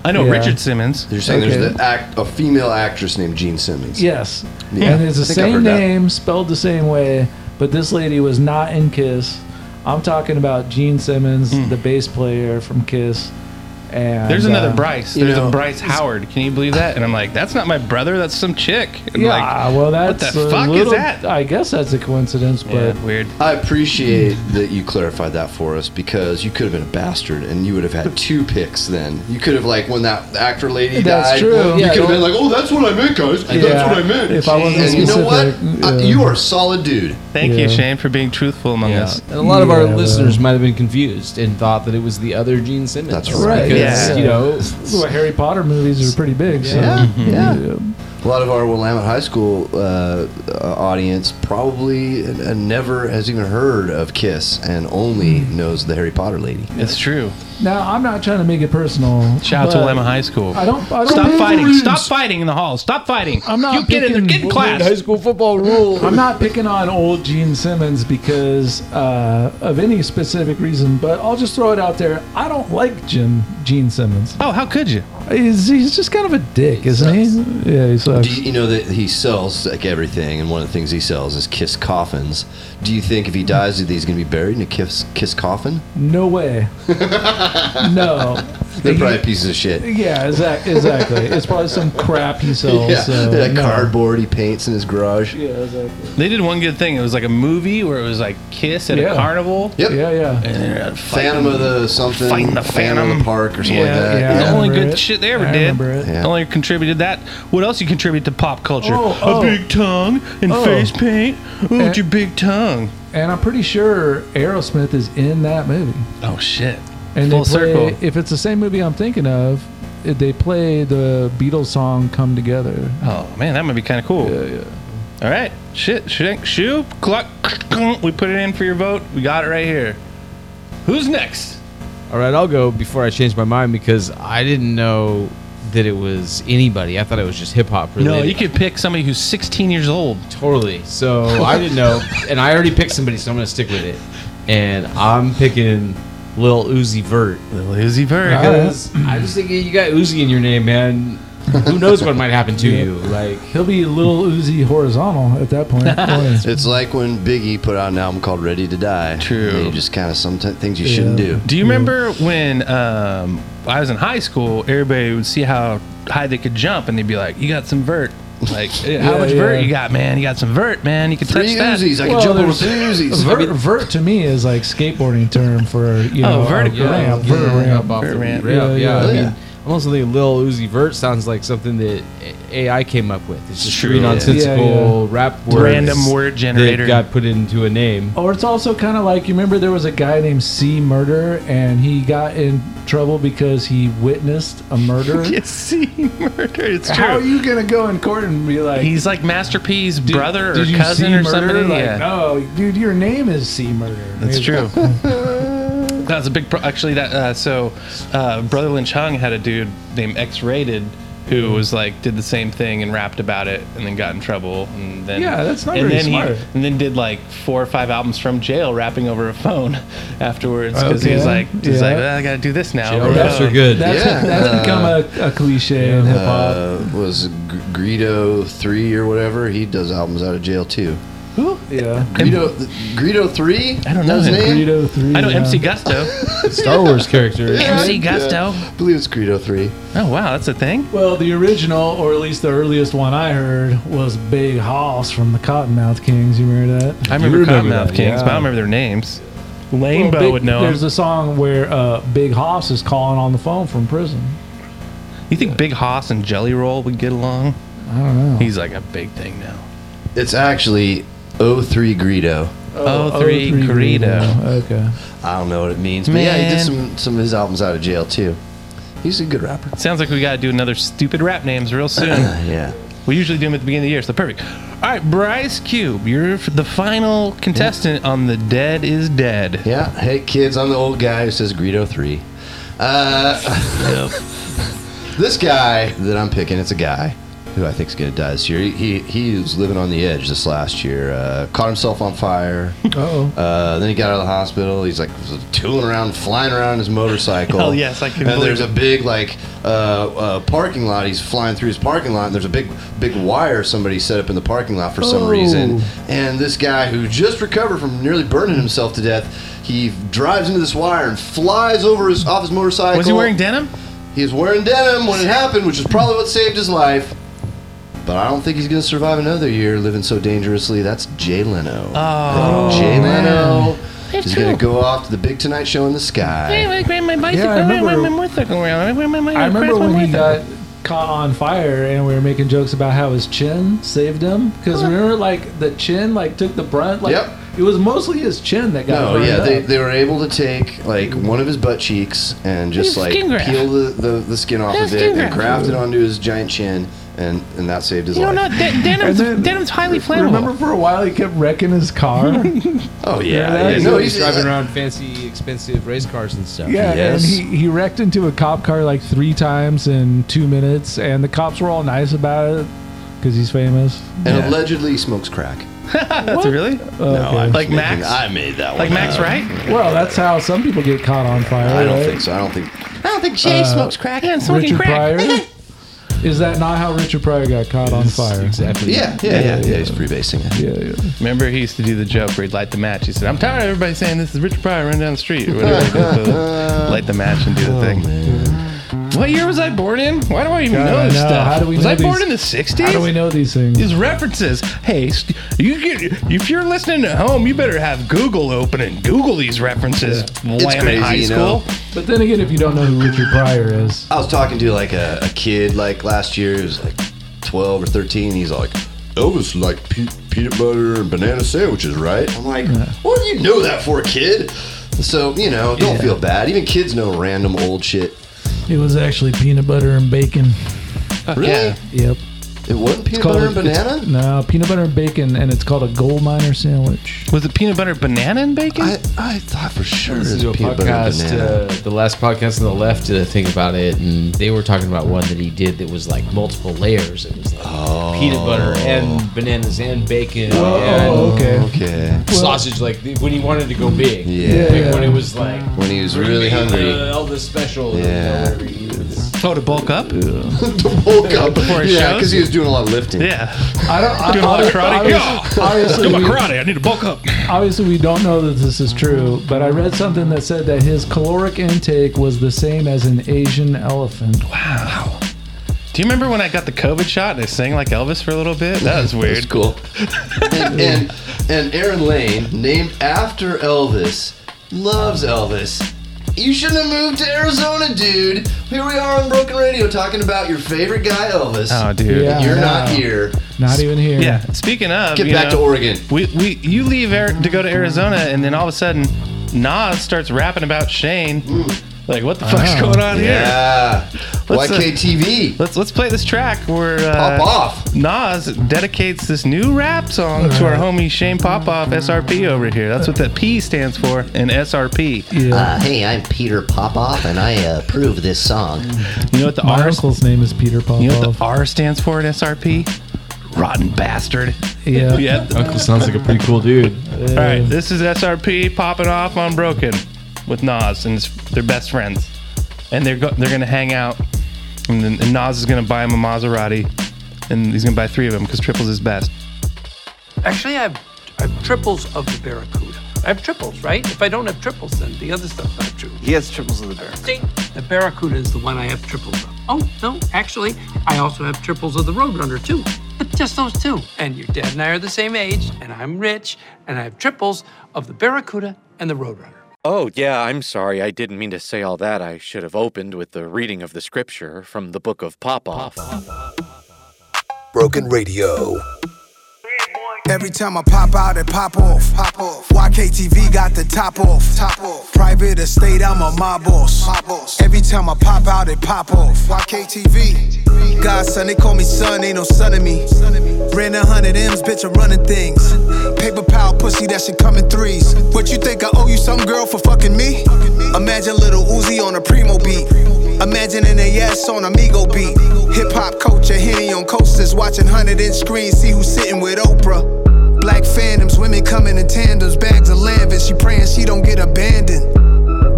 [SPEAKER 3] I know
[SPEAKER 14] Yeah.
[SPEAKER 3] Richard Simmons.
[SPEAKER 5] You're saying
[SPEAKER 14] Okay.
[SPEAKER 5] there's the act, a female actress named Jean Simmons.
[SPEAKER 14] Yes.
[SPEAKER 5] Yeah,
[SPEAKER 14] and it's the
[SPEAKER 5] I think I
[SPEAKER 14] same
[SPEAKER 5] heard that.
[SPEAKER 14] name, spelled the same way, but this lady was not in Kiss. I'm talking about Gene Simmons, the bass player from Kiss. And
[SPEAKER 3] Hmm. There's another
[SPEAKER 14] uh,
[SPEAKER 3] Bryce.
[SPEAKER 5] you
[SPEAKER 3] There's
[SPEAKER 5] know,
[SPEAKER 3] a Bryce Howard. Can you believe that? And I'm like, that's not my brother. That's some chick. And
[SPEAKER 14] Yeah,
[SPEAKER 3] like,
[SPEAKER 14] well,
[SPEAKER 3] what the
[SPEAKER 14] that's a
[SPEAKER 3] fuck is
[SPEAKER 14] little-
[SPEAKER 3] that?
[SPEAKER 14] I guess that's a coincidence,
[SPEAKER 3] yeah,
[SPEAKER 14] but
[SPEAKER 3] weird.
[SPEAKER 5] I appreciate that you clarified that for us because you could have been a bastard and you would have had two picks then. You could have, like, when that actor lady
[SPEAKER 14] That's
[SPEAKER 5] died,
[SPEAKER 14] true.
[SPEAKER 5] you
[SPEAKER 14] Yeah,
[SPEAKER 5] could have
[SPEAKER 14] don't-
[SPEAKER 5] been like, oh, that's what I meant, guys.
[SPEAKER 14] Yeah,
[SPEAKER 5] That's what I meant.
[SPEAKER 14] if I wasn't
[SPEAKER 5] and you know what?
[SPEAKER 14] specific,
[SPEAKER 5] I-
[SPEAKER 14] yeah.
[SPEAKER 5] you are a solid dude.
[SPEAKER 3] Thank you,
[SPEAKER 14] Yeah.
[SPEAKER 3] Shane, for being truthful among
[SPEAKER 4] Yeah.
[SPEAKER 3] us.
[SPEAKER 4] And a lot of our
[SPEAKER 14] Yeah,
[SPEAKER 4] listeners might have been confused and thought that it was the other Gene Simmons.
[SPEAKER 5] That's right.
[SPEAKER 4] Because,
[SPEAKER 3] Yeah.
[SPEAKER 4] you know,
[SPEAKER 14] Well, Harry Potter movies are pretty big. So.
[SPEAKER 5] Yeah, yeah. a lot of our Willamette High School uh, uh, audience probably uh, never has even heard of Kiss and only
[SPEAKER 14] Hmm.
[SPEAKER 5] knows the Harry Potter lady.
[SPEAKER 3] It's true.
[SPEAKER 14] Now I'm not trying to make it personal.
[SPEAKER 3] Shout out to
[SPEAKER 14] but
[SPEAKER 3] Lemma High School.
[SPEAKER 14] I don't. I don't
[SPEAKER 3] Stop fighting. Stop fighting in the halls. Stop fighting. I'm not. You get in there. Get in class.
[SPEAKER 14] school football rules. I'm not picking on old Gene Simmons because uh, of any specific reason, but I'll just throw it out there. I don't like Jim Gene Simmons.
[SPEAKER 3] Oh, how could you?
[SPEAKER 14] He's, he's just kind of a dick, isn't he? Yeah, he sucks.
[SPEAKER 5] Do you, you know that he sells like everything, and one of the things he sells is Kiss coffins. Do you think if he dies, that he's going to be buried in a Kiss Kiss coffin?
[SPEAKER 14] No way. no.
[SPEAKER 5] They're probably pieces of shit.
[SPEAKER 14] Yeah, exactly. Exactly. It's probably some crap he sells.
[SPEAKER 5] yeah,
[SPEAKER 14] so,
[SPEAKER 5] they're like
[SPEAKER 14] no.
[SPEAKER 5] cardboard he paints in his garage.
[SPEAKER 14] Yeah, exactly.
[SPEAKER 3] They did one good thing. It was like a movie where it was like Kiss at
[SPEAKER 14] Yeah.
[SPEAKER 3] a carnival.
[SPEAKER 5] Yep.
[SPEAKER 14] Yeah, yeah.
[SPEAKER 3] And they're at
[SPEAKER 5] Phantom of the something.
[SPEAKER 3] Fighting the
[SPEAKER 5] of
[SPEAKER 3] Phantom.
[SPEAKER 5] the Park or something like
[SPEAKER 14] Yeah,
[SPEAKER 5] that.
[SPEAKER 14] yeah.
[SPEAKER 3] the
[SPEAKER 14] I
[SPEAKER 3] only
[SPEAKER 14] remember
[SPEAKER 3] good
[SPEAKER 14] it.
[SPEAKER 3] shit they ever
[SPEAKER 14] I
[SPEAKER 3] did.
[SPEAKER 14] remember it.
[SPEAKER 5] Yeah.
[SPEAKER 3] Only contributed that. What else you contribute to pop culture?
[SPEAKER 14] Oh, oh.
[SPEAKER 3] A big tongue and
[SPEAKER 14] Oh.
[SPEAKER 3] face paint. Ooh,
[SPEAKER 14] Eh.
[SPEAKER 3] with your big tongue.
[SPEAKER 14] And I'm pretty sure Aerosmith is in that movie.
[SPEAKER 3] Oh shit.
[SPEAKER 14] And
[SPEAKER 3] Full
[SPEAKER 14] they play,
[SPEAKER 3] circle.
[SPEAKER 14] If it's the same movie I'm thinking of, it- they play the Beatles song "Come Together."
[SPEAKER 3] Oh man, that might be kind of cool.
[SPEAKER 14] Yeah, yeah.
[SPEAKER 3] All right, shit, shit, shoe, clock. We put it in for your vote. We got it right here. Who's next?
[SPEAKER 4] All right, I'll go before I change my mind because I didn't know that it was anybody. I thought it was just hip hop.
[SPEAKER 3] No, you could pick somebody who's 16 years old.
[SPEAKER 4] Totally. So I didn't know, and I already picked somebody, so I'm gonna stick with it. And I'm picking Lil Uzi Vert
[SPEAKER 3] Lil Uzi Vert.
[SPEAKER 4] because I just think you got Uzi in your name, man. Who knows what might happen to you? Like,
[SPEAKER 14] He'll be a little Uzi horizontal at that point. Boy.
[SPEAKER 5] It's like when Biggie put out an album called Ready to Die.
[SPEAKER 3] True.
[SPEAKER 5] And you just kind of some t- things you shouldn't
[SPEAKER 14] Yeah.
[SPEAKER 5] do.
[SPEAKER 3] Do you remember when um, I was in high school? Everybody would see how high they could jump, and they'd be like, "You got some vert." Like, how
[SPEAKER 14] Yeah,
[SPEAKER 3] much vert
[SPEAKER 14] yeah.
[SPEAKER 3] you got, man? You got some vert, man. You can touch
[SPEAKER 5] Three
[SPEAKER 3] that.
[SPEAKER 5] Uzis. I can
[SPEAKER 14] Well,
[SPEAKER 5] jump over
[SPEAKER 14] there's-
[SPEAKER 5] three Uzis.
[SPEAKER 14] Vert, vert to me is like skateboarding term for you know
[SPEAKER 3] Oh,
[SPEAKER 14] a
[SPEAKER 3] vertical.
[SPEAKER 14] ramp,
[SPEAKER 4] um, yeah,
[SPEAKER 14] vertical ramp.
[SPEAKER 4] off the
[SPEAKER 3] ramp.
[SPEAKER 4] ramp,
[SPEAKER 14] Yeah,
[SPEAKER 4] Yeah,
[SPEAKER 14] yeah.
[SPEAKER 4] I mean,
[SPEAKER 5] Yeah.
[SPEAKER 4] I'm also thinking Lil Uzi Vert sounds like something that AI came up with. It's just
[SPEAKER 3] True.
[SPEAKER 4] three nonsensical
[SPEAKER 14] Yeah,
[SPEAKER 4] rap words.
[SPEAKER 3] Random word
[SPEAKER 4] that
[SPEAKER 3] generator.
[SPEAKER 4] got put into a name.
[SPEAKER 14] Or it's also kind of like you remember there was a guy named C Murder and he got in trouble because he witnessed a murder.
[SPEAKER 3] You see murder. It's true.
[SPEAKER 14] How are you gonna go in court and be like?
[SPEAKER 3] He's like Master P's
[SPEAKER 14] "Dude,
[SPEAKER 3] brother or
[SPEAKER 14] did you
[SPEAKER 3] cousin
[SPEAKER 14] see
[SPEAKER 3] or
[SPEAKER 14] murder?"
[SPEAKER 3] somebody.
[SPEAKER 14] Like,
[SPEAKER 3] yeah.
[SPEAKER 14] No, dude, your name is C Murder.
[SPEAKER 3] That's
[SPEAKER 14] Maybe-
[SPEAKER 3] true. That's a big pro- actually. That uh, so, uh, Brother Lynch Hung had a dude named X Rated
[SPEAKER 14] Mm-hmm.
[SPEAKER 3] who was like did the same thing and rapped about it and then got in trouble and then
[SPEAKER 14] Yeah, that's not
[SPEAKER 3] and
[SPEAKER 14] very
[SPEAKER 3] then
[SPEAKER 14] smart.
[SPEAKER 3] He, and then did like four or five albums from jail rapping over a phone afterwards because he was
[SPEAKER 14] Okay.
[SPEAKER 3] like he's
[SPEAKER 14] Yeah.
[SPEAKER 3] like well, I got to do this now.
[SPEAKER 4] Jail
[SPEAKER 3] over
[SPEAKER 4] raps
[SPEAKER 3] phone."
[SPEAKER 4] are good.
[SPEAKER 14] That's
[SPEAKER 5] Yeah.
[SPEAKER 14] that's become a, a cliche in hip hop.
[SPEAKER 5] Uh, was G- Greedo three or whatever? He does albums out of jail too.
[SPEAKER 14] yeah.
[SPEAKER 5] Greedo, th- Greedo three.
[SPEAKER 3] I don't know
[SPEAKER 5] Is that his
[SPEAKER 3] him.
[SPEAKER 5] name?
[SPEAKER 14] Burrito three.
[SPEAKER 3] I know
[SPEAKER 14] yeah.
[SPEAKER 3] MC Gusto.
[SPEAKER 4] Star Wars character.
[SPEAKER 3] MC Gusto.
[SPEAKER 5] I believe it's Greedo three.
[SPEAKER 3] Oh wow, that's a thing.
[SPEAKER 14] Well, the original, or at least the earliest one I heard, was Big Hoss from the Cottonmouth Kings. You remember that?
[SPEAKER 3] I remember,
[SPEAKER 4] remember
[SPEAKER 3] Cottonmouth
[SPEAKER 4] that,
[SPEAKER 3] Kings, but I
[SPEAKER 4] yeah.
[SPEAKER 3] don't remember their names.
[SPEAKER 14] Well,
[SPEAKER 3] Lanebow
[SPEAKER 14] Big-
[SPEAKER 3] would know. 'em.
[SPEAKER 14] There's a song where uh, Big Hoss is calling on the phone from prison.
[SPEAKER 3] You think Big Hoss and Jelly Roll would get along?
[SPEAKER 14] I don't know.
[SPEAKER 3] He's like a big thing now.
[SPEAKER 5] It's actually O three Greedo.
[SPEAKER 3] Oh, three Corrido.
[SPEAKER 14] Okay.
[SPEAKER 5] I don't know what it means, but yeah, he did
[SPEAKER 3] Man.
[SPEAKER 5] some some of his albums out of jail too. He's a good rapper.
[SPEAKER 3] Sounds like we got to do another stupid rap names real soon.
[SPEAKER 5] Yeah.
[SPEAKER 3] we usually do them at the beginning of the year, so perfect. All right, Bryce Cube, you're f- the final contestant on The Dead is Dead.
[SPEAKER 5] Yeah. Hey kids, I'm the old guy who says Greedo three. Uh, this guy that I'm picking, it's a guy who I think is going to die this year. He, he he was living on the edge this last year. Uh, caught himself on fire.
[SPEAKER 14] Oh.
[SPEAKER 5] Uh, then he got out of the hospital. He's like tooling around, flying around his motorcycle.
[SPEAKER 3] Hell Oh, yes, I can
[SPEAKER 5] And there's a
[SPEAKER 3] believe
[SPEAKER 5] big like uh, uh, parking lot. He's flying through his parking lot, and there's a big big wire somebody set up in the parking lot for some
[SPEAKER 14] Oh.
[SPEAKER 5] reason. And this guy who just recovered from nearly burning himself to death, he drives into this wire and flies over his off his motorcycle.
[SPEAKER 3] Was he wearing denim?
[SPEAKER 5] He was wearing denim when it happened, which is probably what saved his life. But I don't think he's going to survive another year living so dangerously. That's Jay Leno. Oh, Jay Leno is going to go off to the big Tonight Show in the sky.
[SPEAKER 3] I ran my bicycle,
[SPEAKER 14] Yeah, I
[SPEAKER 3] I ran my
[SPEAKER 14] remember-
[SPEAKER 3] motorcycle around, I ran my- my-
[SPEAKER 14] I remember
[SPEAKER 3] crashed my
[SPEAKER 14] when he got
[SPEAKER 3] motorcycle.
[SPEAKER 14] caught on fire and we were making jokes about how his chin saved him because remember like the chin like took the brunt like
[SPEAKER 5] Yep.
[SPEAKER 14] it was mostly his chin that got
[SPEAKER 5] No,
[SPEAKER 14] burned
[SPEAKER 5] yeah,
[SPEAKER 14] up.
[SPEAKER 5] they, they were able to take like one of his butt cheeks and just
[SPEAKER 3] His
[SPEAKER 5] like
[SPEAKER 3] skin graft.
[SPEAKER 5] peel the, the, the skin off
[SPEAKER 3] His
[SPEAKER 5] of it
[SPEAKER 3] skin
[SPEAKER 5] and
[SPEAKER 3] graft.
[SPEAKER 5] graft it onto his giant chin. And and and that saved his
[SPEAKER 3] You know,
[SPEAKER 5] life.
[SPEAKER 3] no, de- denim's, denim's highly flammable.
[SPEAKER 14] Remember for a while he kept wrecking his car.
[SPEAKER 5] oh
[SPEAKER 4] yeah,
[SPEAKER 5] yeah,
[SPEAKER 4] no,
[SPEAKER 5] no,
[SPEAKER 4] he's
[SPEAKER 5] he's-
[SPEAKER 4] driving around fancy, expensive race cars and stuff.
[SPEAKER 14] Yeah, and he, he wrecked into a cop car like three times in two minutes, and the cops were all nice about it because he's famous.
[SPEAKER 5] and allegedly smokes crack.
[SPEAKER 3] That's really?
[SPEAKER 14] Oh,
[SPEAKER 5] No, I'm
[SPEAKER 3] like
[SPEAKER 5] making-
[SPEAKER 3] Max?
[SPEAKER 5] I made that one.
[SPEAKER 3] Like Max,
[SPEAKER 5] up.
[SPEAKER 3] right?
[SPEAKER 14] Well, that's how some people get caught on fire.
[SPEAKER 5] Uh, I don't
[SPEAKER 14] right?
[SPEAKER 5] think so. I don't think.
[SPEAKER 3] I don't think
[SPEAKER 14] Jay Uh, smokes
[SPEAKER 3] crack. Yeah,
[SPEAKER 14] Richard Pryor. Is that not how Richard Pryor got caught on fire?
[SPEAKER 3] Exactly.
[SPEAKER 5] Yeah, yeah, yeah, yeah. He's freebasing it.
[SPEAKER 14] Yeah, yeah.
[SPEAKER 3] Remember, he used to do the joke where he'd light the match. He said, "I'm tired of everybody saying this is Richard Pryor running down the street or whatever." So, light the match and do
[SPEAKER 14] Oh,
[SPEAKER 3] the thing. What year was I born in? Why do I even
[SPEAKER 14] God,
[SPEAKER 3] know
[SPEAKER 14] I
[SPEAKER 3] this
[SPEAKER 14] know.
[SPEAKER 3] stuff?
[SPEAKER 14] How do we
[SPEAKER 3] was
[SPEAKER 14] know
[SPEAKER 3] I born
[SPEAKER 14] these-
[SPEAKER 3] in the '60s?
[SPEAKER 14] How do we know these things?
[SPEAKER 3] These references. Hey, st- you get, if you're listening at home, you better have Google open and Google these references.
[SPEAKER 5] It's
[SPEAKER 3] Wham, in
[SPEAKER 5] crazy,
[SPEAKER 3] high
[SPEAKER 5] you
[SPEAKER 3] school.
[SPEAKER 5] know?
[SPEAKER 14] But then again, if you don't know who Richard Pryor is,
[SPEAKER 5] I was talking to like a, a kid like last year. He was like twelve or thirteen. And he's like, Elvis like pe- peanut butter and banana sandwiches, right? I'm like, what do you know that for, kid? So you know, don't feel bad. Even kids know random old shit.
[SPEAKER 14] it was actually peanut butter and bacon.
[SPEAKER 5] Really?
[SPEAKER 3] Uh, Yeah.
[SPEAKER 14] Yep.
[SPEAKER 5] It wasn't
[SPEAKER 14] Uh, It's
[SPEAKER 5] peanut
[SPEAKER 14] called
[SPEAKER 5] butter
[SPEAKER 14] a-
[SPEAKER 5] and
[SPEAKER 14] it's-
[SPEAKER 5] banana.
[SPEAKER 14] No, peanut butter and bacon, and it's called a gold miner sandwich.
[SPEAKER 3] Was it peanut butter, banana, and bacon?
[SPEAKER 5] I, I thought for sure it was
[SPEAKER 4] listened to a
[SPEAKER 5] peanut butter and
[SPEAKER 4] podcast,
[SPEAKER 5] banana.
[SPEAKER 4] uh, the last podcast on the left did a thing about it, and they were talking about one that he did that was like multiple layers. It was like peanut butter and bananas and bacon and
[SPEAKER 14] Oh, okay.
[SPEAKER 5] okay.
[SPEAKER 4] sausage. Like the- when he wanted to go big,
[SPEAKER 5] Yeah.
[SPEAKER 4] Like, when it was like
[SPEAKER 5] When he was
[SPEAKER 4] "Bring
[SPEAKER 5] really
[SPEAKER 4] me
[SPEAKER 5] hungry.
[SPEAKER 4] the Elvis uh, special. you know,
[SPEAKER 5] Yeah.
[SPEAKER 4] whatever he is.
[SPEAKER 3] Oh, to bulk up?
[SPEAKER 5] the bulk up.
[SPEAKER 3] Before his
[SPEAKER 5] yeah,
[SPEAKER 3] shows?
[SPEAKER 5] because he was doing a lot of lifting.
[SPEAKER 3] Yeah.
[SPEAKER 14] I don't. I,
[SPEAKER 3] Doing a lot of karate?
[SPEAKER 14] obviously-
[SPEAKER 3] Yeah.
[SPEAKER 14] obviously
[SPEAKER 3] Do my
[SPEAKER 14] we-
[SPEAKER 3] karate. I need to bulk up.
[SPEAKER 14] Obviously, we don't know that this is true, but I read something that said that his caloric intake was the same as an Asian elephant.
[SPEAKER 3] Wow. Do you remember when I got the COVID shot and I sang like Elvis for a little bit? That was weird.
[SPEAKER 5] It's cool. and, and and Aaron Lane, named after Elvis, loves Elvis. You shouldn't have moved to Arizona, dude. Here we are on Broken Radio talking about your favorite guy, Elvis.
[SPEAKER 3] Oh, dude.
[SPEAKER 14] Yeah.
[SPEAKER 5] You're
[SPEAKER 14] no.
[SPEAKER 5] not here.
[SPEAKER 14] Not even here.
[SPEAKER 3] Yeah. Speaking of,
[SPEAKER 5] Get
[SPEAKER 3] you
[SPEAKER 5] back
[SPEAKER 3] know,
[SPEAKER 5] to Oregon.
[SPEAKER 3] We, we you leave Ari- to go to Arizona, and then all of a sudden, Nas starts rapping about Shane. Like, what the fuck's
[SPEAKER 14] Oh.
[SPEAKER 3] going on here?
[SPEAKER 5] Yeah.
[SPEAKER 3] Let's, uh,
[SPEAKER 5] YKTV.
[SPEAKER 3] Let's let's play this track where uh,
[SPEAKER 5] Pop off.
[SPEAKER 3] Nas dedicates this new rap song to our homie Shane Popoff, SRP over here. That's what the P stands for in SRP.
[SPEAKER 14] Yeah.
[SPEAKER 5] Uh, hey, I'm Peter Popoff, and I approve this song.
[SPEAKER 3] You know what the
[SPEAKER 14] My
[SPEAKER 3] R
[SPEAKER 14] uncle's name is Peter Popoff.
[SPEAKER 3] you know what the R stands for in SRP? Rotten bastard.
[SPEAKER 14] yeah.
[SPEAKER 3] Yeah.
[SPEAKER 4] Uncle sounds like a pretty cool dude.
[SPEAKER 3] All right, this is SRP popping off on Broken with Nas, and it's, they're best friends, and they're go, they're gonna hang out, and, then, and Nas is gonna buy him a Maserati, and he's gonna buy three of them because triples his best.
[SPEAKER 15] Actually, I have, I have triples of the Barracuda. I have triples, right? If I don't have triples, then the other stuff's not true.
[SPEAKER 16] He has triples of the bear.
[SPEAKER 15] See, the Barracuda is the one I have triples of. Oh, no, actually, I also have triples of the Roadrunner, too. But just those two. And your dad and I are the same age, and I'm rich, and I have triples of the Barracuda and the Roadrunner.
[SPEAKER 17] Oh, yeah, I'm sorry. I didn't mean to say all that. I should have opened with the reading of the scripture from the book of Popoff.
[SPEAKER 2] Broken Radio.
[SPEAKER 18] Every time I pop out, it pop off. Pop off. YKTV got the top off. Top off. Private estate, I'm a mob boss. Mob boss. Every time I pop out, it pop off. YKTV. Godson, they call me son, ain't no son of me. Ran a hundred M's, bitch, I'm running things. Paper pal pussy, that shit come in threes. What you think I owe you some girl for fucking me? Imagine little Uzi on a primo beat. Imagining a yes on Amigo beat. Hip hop culture, Henny on coasters, watching 100 inch screens, see who's sitting with Oprah. Black phantoms, women coming in tandems, bags of Lambins, she praying she don't get abandoned.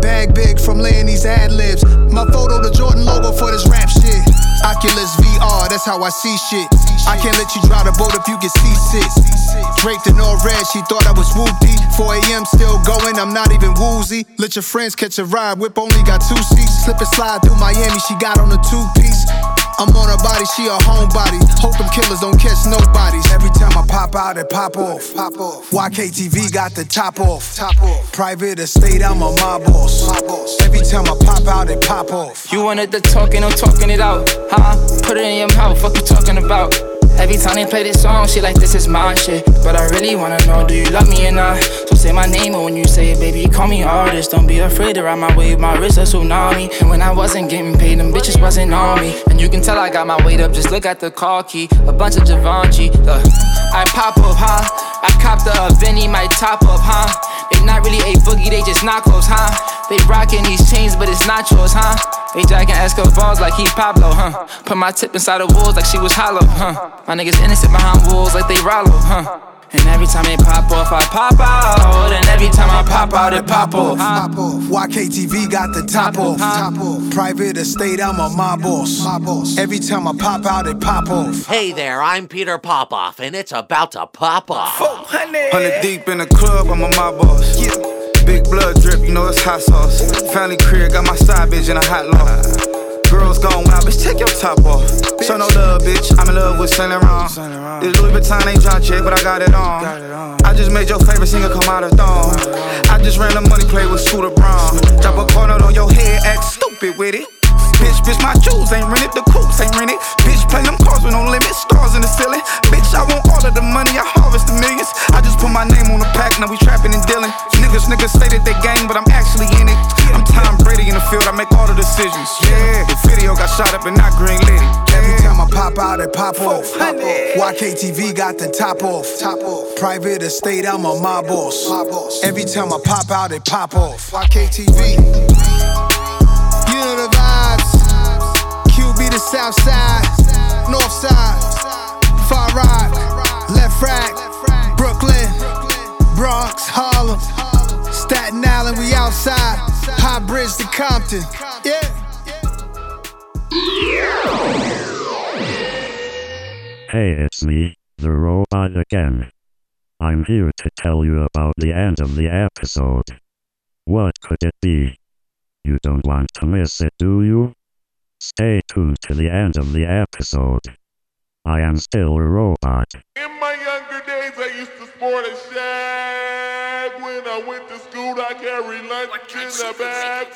[SPEAKER 18] Bag big from laying these ad libs. My photo, the Jordan logo for this rap shit. Oculus VR, that's how I see shit. I can't let you drive the boat if you get seasick. Draped in all red, she thought I was whoopty. 4 a.m. still going, I'm not even woozy. Let your friends catch a ride, whip only got two seats. Slip and slide through Miami, she got on a two piece. I'm on her body, she a homebody. Hope them killers don't catch nobodies. Every time I pop out, it pop off. Pop off. YKTV got the top off. Top off. Private estate, I'm a mob boss. Mob boss. Every time I pop out, it pop off.
[SPEAKER 19] You wanted the talk and I'm talking it out. Huh? Put it in your mouth, fuck you talking about.
[SPEAKER 16] Every time they play this song, she like, this is my shit. But I really wanna know, do you love me or not? So say my name, or when you say it, baby, call me artist. Don't be afraid to ride my wave, my wrist a tsunami. And when I wasn't getting paid, them bitches wasn't on me. And you can tell I got my weight up, just look at the car key. A bunch of Givenchy, the I pop up, huh? I cop the Vinny, my top up, huh? They not really a boogie, they just knockoffs, huh? They rockin' these chains, but it's not yours, huh? They jacking Escobars like he Pablo, huh? Put my tip inside the walls like she was hollow, huh? My niggas innocent behind walls like they Rollo, huh? And every time they pop off, I pop out. And every time I pop out, it pop off.
[SPEAKER 18] Pop off. YKTV got the top off. Top off. Private estate, I'm a mob boss. My boss. Every time I pop out, it pop off.
[SPEAKER 19] Hey there, I'm Peter Popoff, and it's about to pop off.
[SPEAKER 20] Hundred deep in the club, I'm a my boss. Big blood drip, you know it's hot sauce. Family crib, got my side bitch in a hot loft. Girls gone when I bitch, take your top off. Show no love, bitch. I'm in love with Saint Laurent. This Louis Vuitton ain't dropped yet, but I got it on. I just made your favorite singer come out of thong. I just ran the money play with Scooter Brown. Drop a corner on your head, act stupid with it. Bitch, bitch, my shoes ain't rented, the coops ain't rented. Bitch, play them cars with no limit, stars in the ceiling. Bitch, I want all of the money, I harvest the millions. I just put my name on the pack, now we trapping and dealing. Niggas, niggas say that they gang, but I'm actually in it. I'm Tom Brady in the field, I make all the decisions. Yeah, the video got shot up and not green lit.
[SPEAKER 18] Every time I pop out, it pop off. Pop off. YKTV got the top off. Top off. Private estate, I'm a mob boss. My boss. Every time I pop out, it pop off. YKTV.
[SPEAKER 21] You know the vibes. QB the south side, north side, far rock, left rack, Brooklyn, Bronx, Harlem, Staten Island, we outside, High Bridge to Compton. Yeah.
[SPEAKER 12] Hey, it's me, the robot again. I'm here to tell you about the end of the episode. What could it be? You don't want to miss it, do you? Stay tuned to the end of the episode. I am still a robot.
[SPEAKER 7] In my younger days, I used to sport a shag. When I went to school, I carried lunch in a bag.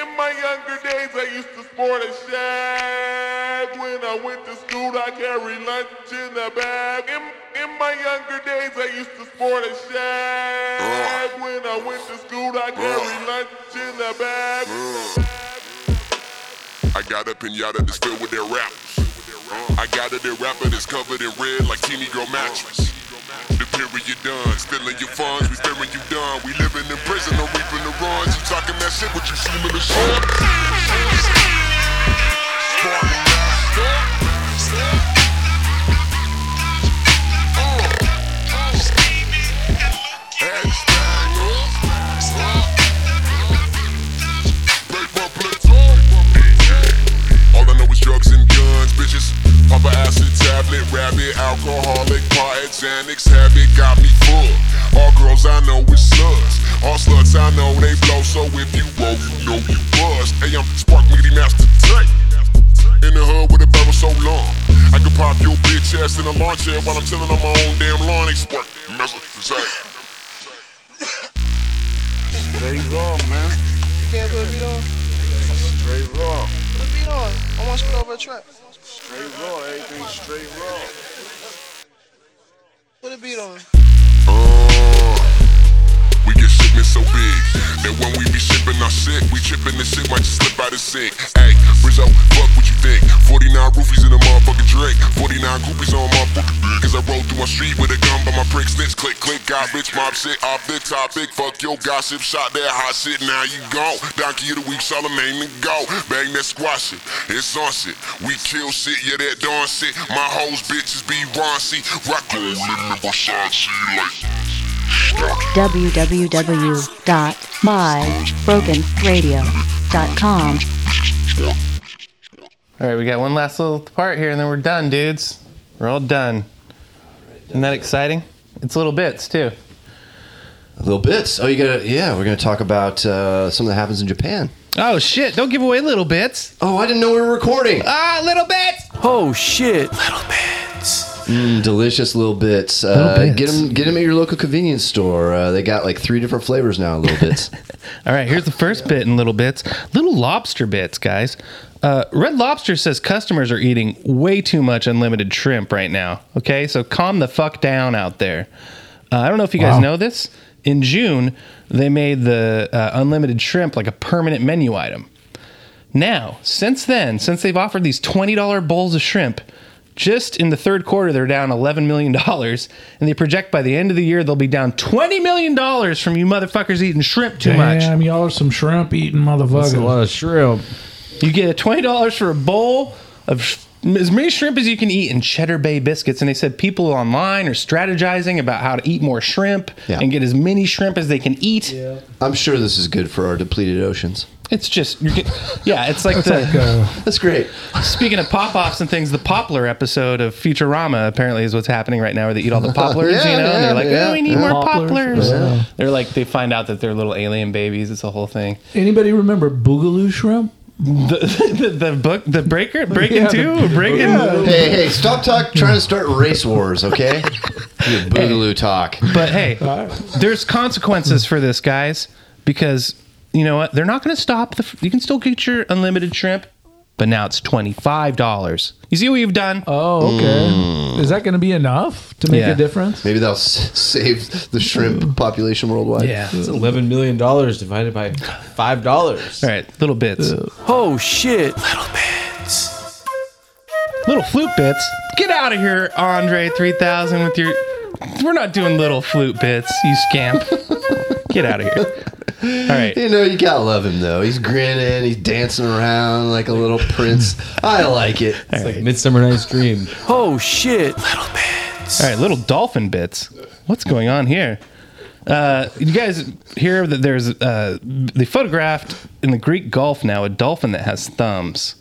[SPEAKER 7] In my younger days, I used to sport a shag. When I went to school, I carried lunch in a bag. In, in my younger days, I used to sport a shag. When I went to school, I carried lunch in a bag.
[SPEAKER 22] I got a pinata that's filled with their wrappers. I got it in rapper that's covered in red like teeny girl mattress. The period done, stealing your funds, we staring you done. We living in prison, no reaping the runs. You talking that shit, but you slimming the short. All I know is drugs and guns, bitches. Papa acid, tablet, rabbit, alcoholic, pot, Xanax, habit, got me full. All girls I know is sluts. All sluts I know they blow, so if you woke, you know you bust. Hey, I'm Spark Meaty Master Tank. In the hood with a barrel so long. I could pop your bitch ass in a lawn chair while I'm chilling on my own damn lawn. They spark, mess with the Tank.
[SPEAKER 7] Straight raw, man.
[SPEAKER 21] can't put a beat on?
[SPEAKER 7] Straight raw.
[SPEAKER 21] Put a beat on. I want you to put over a track.
[SPEAKER 7] Straight raw. Everything straight raw.
[SPEAKER 21] Put a beat on.
[SPEAKER 22] Uh, We get shipments so big that when we be shipping our shit, we tripping this shit might just slip out of sync. Hey, Rizzo, fuck what you think. 49 roofies in a motherfucking drink. 49 groupies on my fucking Cause I roll through my street with a gun by my prick sticks. Click, click, got rich mob shit off the topic. Fuck your gossip, shot that hot shit, now you gone. Donkey of the week, Charlemagne and go. Bang that squash shit, it's on shit. We kill shit, yeah, that darn shit. My hoes bitches be raunchy. Rock on, living in Versace like.
[SPEAKER 23] www.mybrokenradio.com.
[SPEAKER 3] All right, we got one last little part here, and then we're done, dudes. We're all done. Isn't that exciting? It's little bits too.
[SPEAKER 5] Little bits. Oh, you gotta. Yeah, we're gonna talk about uh, something that happens in Japan.
[SPEAKER 3] Oh shit! Don't give away little bits.
[SPEAKER 5] Oh, I didn't know we were recording.
[SPEAKER 3] Ah, little bits.
[SPEAKER 5] Oh shit! Little bits. Mm, delicious little bits. Uh, get them. Get them at your local convenience store. Uh, they got like three different flavors now. Little bits.
[SPEAKER 3] All right, here's the first bit in little bits. Little lobster bits, guys. Uh, Red Lobster says customers are eating way too much unlimited shrimp right now. Okay, so calm the fuck down out there. Uh, I don't know if you guys
[SPEAKER 1] Wow.
[SPEAKER 3] know this. In June, they made the uh, unlimited shrimp like a permanent menu item. Now, since then, since they've offered these $20 bowls of shrimp, just in the third quarter, they're down $11 million. And they project by the end of the year, they'll be down $20 million from you motherfuckers eating shrimp too much.
[SPEAKER 14] Damn, y'all are some shrimp eating motherfuckers.
[SPEAKER 3] That's a lot
[SPEAKER 14] of shrimp.
[SPEAKER 3] You get twenty dollars for a bowl of sh- as many shrimp as you can eat and Cheddar Bay biscuits. And they said people online are strategizing about how to eat more shrimp
[SPEAKER 5] Yeah.
[SPEAKER 3] and get as many shrimp as they can eat.
[SPEAKER 5] I'm sure this is good for our depleted oceans.
[SPEAKER 3] It's just, you're get, yeah, it's like
[SPEAKER 5] That's
[SPEAKER 3] the.
[SPEAKER 5] like, uh, That's great.
[SPEAKER 3] Speaking of pop offs and things, the poplar episode of Futurama apparently is what's happening right now, where they eat all the poplars,
[SPEAKER 5] Yeah,
[SPEAKER 3] you know, and
[SPEAKER 5] yeah,
[SPEAKER 3] they're like,
[SPEAKER 5] yeah,
[SPEAKER 3] oh, we need
[SPEAKER 5] yeah.
[SPEAKER 3] more poplars.
[SPEAKER 5] Poplars, yeah.
[SPEAKER 3] They're like, they find out that they're little alien babies. It's a whole thing.
[SPEAKER 14] Anybody remember Boogaloo shrimp?
[SPEAKER 3] The, the, the book, the breaker, breaking
[SPEAKER 14] Yeah,
[SPEAKER 3] two,
[SPEAKER 14] the-
[SPEAKER 3] breaking.
[SPEAKER 5] Hey, hey, stop talk, trying to start race wars, okay? You boogaloo talk.
[SPEAKER 3] But hey, there's consequences for this, guys, because you know what? They're not going to stop the. You can still get your unlimited shrimp, but now it's twenty five dollars. You see what you've done?
[SPEAKER 14] Oh, okay.
[SPEAKER 3] Mm.
[SPEAKER 14] Is that going to be enough to make
[SPEAKER 3] Yeah.
[SPEAKER 14] a difference?
[SPEAKER 5] Maybe that'll s- save the shrimp population worldwide.
[SPEAKER 14] Yeah.
[SPEAKER 4] It's eleven million dollars divided by five dollars. All
[SPEAKER 3] right, little bits.
[SPEAKER 4] Oh shit!
[SPEAKER 3] Little flute bits. Get out of here, Andre three thousand with your. We're not doing little flute bits, you scamp. Get out of here. All right.
[SPEAKER 5] You know, you gotta love him though. He's grinning, he's dancing around like a little prince. I like it.
[SPEAKER 4] It's like Midsummer Night's Dream.
[SPEAKER 3] Oh shit! Little bits. All right, little dolphin bits. What's going on here? Uh, you guys hear that there's uh, they photographed in the Greek Gulf now a dolphin that has thumbs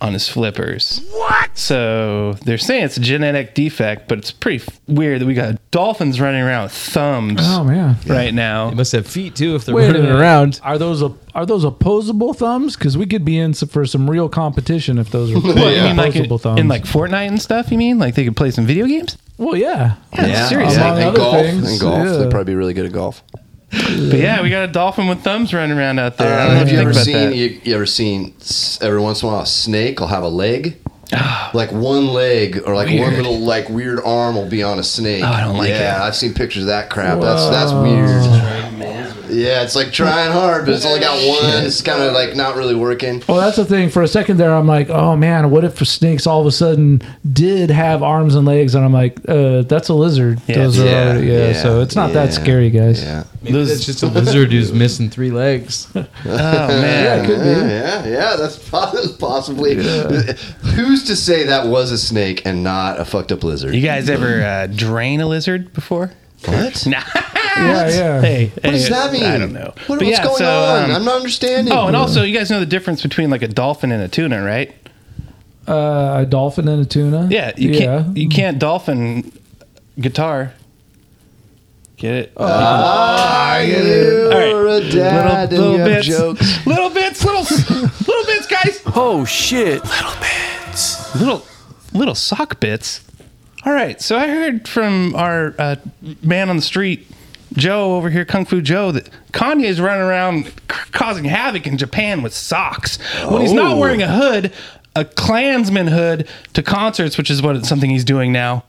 [SPEAKER 3] on his flippers. What? So they're saying it's a genetic defect, but it's pretty f- weird that we got dolphins running around with thumbs.
[SPEAKER 14] Oh, man.
[SPEAKER 3] Right now, they
[SPEAKER 4] must have feet too if
[SPEAKER 14] Wait a minute. Are those op- are those opposable thumbs? Because we could be in some, for some real competition if those are
[SPEAKER 3] What, you mean like in,
[SPEAKER 14] opposable thumbs.
[SPEAKER 3] in like Fortnite and stuff? You mean like they could play some video games?
[SPEAKER 14] well, yeah.
[SPEAKER 3] Yeah, seriously.
[SPEAKER 5] And,
[SPEAKER 3] Among
[SPEAKER 5] and
[SPEAKER 3] other
[SPEAKER 5] golf,
[SPEAKER 3] things,
[SPEAKER 5] and golf.
[SPEAKER 3] yeah.
[SPEAKER 5] They'd probably be really good at golf.
[SPEAKER 3] But yeah, we got a dolphin with thumbs running around out there. I
[SPEAKER 5] Uh,
[SPEAKER 3] don't know if
[SPEAKER 5] have
[SPEAKER 3] you
[SPEAKER 5] you
[SPEAKER 3] think
[SPEAKER 5] ever
[SPEAKER 3] about
[SPEAKER 5] seen?
[SPEAKER 3] that.
[SPEAKER 5] You, you ever seen? s- Every once in a while, a snake will have a leg, like one leg or like one
[SPEAKER 3] Weird.
[SPEAKER 5] little like weird arm will be on a snake.
[SPEAKER 3] Oh, I don't like
[SPEAKER 5] yeah,
[SPEAKER 3] it.
[SPEAKER 5] I've seen pictures of that crap. That's that's weird. Yeah, it's like trying hard, but it's only got one. It's kind of like not really working.
[SPEAKER 14] Well, that's the thing. For a second there, I'm like, oh man, what if snakes all of a sudden did have arms and legs? And I'm like, uh, that's a lizard.
[SPEAKER 4] Yeah.
[SPEAKER 14] Those are
[SPEAKER 4] Yeah,
[SPEAKER 14] already- yeah,
[SPEAKER 4] yeah,
[SPEAKER 14] So it's not that
[SPEAKER 4] yeah,
[SPEAKER 14] scary, guys.
[SPEAKER 5] Yeah.
[SPEAKER 4] Maybe that's just a lizard who's missing three legs. Oh
[SPEAKER 14] Yeah, it could be.
[SPEAKER 5] Yeah, yeah, that's po- possibly. Who's to say that was a snake and not a fucked up lizard?
[SPEAKER 3] You guys ever uh, drain a lizard before?
[SPEAKER 5] What?
[SPEAKER 3] Nah.
[SPEAKER 5] Yeah, yeah.
[SPEAKER 3] Hey,
[SPEAKER 5] What does
[SPEAKER 3] hey,
[SPEAKER 5] that mean?
[SPEAKER 3] I don't know.
[SPEAKER 5] What-
[SPEAKER 3] But
[SPEAKER 5] what's going on? I'm not understanding.
[SPEAKER 3] Oh, and also, you guys know the difference between like a dolphin and a tuna, right?
[SPEAKER 14] Uh, a dolphin and a tuna.
[SPEAKER 3] Yeah. You can't. You can't dolphin guitar. Get it?
[SPEAKER 5] Ah,
[SPEAKER 3] All right.
[SPEAKER 5] You're a
[SPEAKER 3] Little-
[SPEAKER 5] dad and you
[SPEAKER 3] little
[SPEAKER 5] have
[SPEAKER 3] bits.
[SPEAKER 5] jokes.
[SPEAKER 3] Little bits, little, little bits, guys. Oh shit! Little bits. Little, little sock bits. All right. So I heard from our uh, man on the street, Joe over here, Kung Fu Joe, that Kanye's running around c- causing havoc in Japan with socks when he's not
[SPEAKER 8] Oh.
[SPEAKER 3] wearing a hood, a Klansman hood to concerts, which is what it's something he's doing now.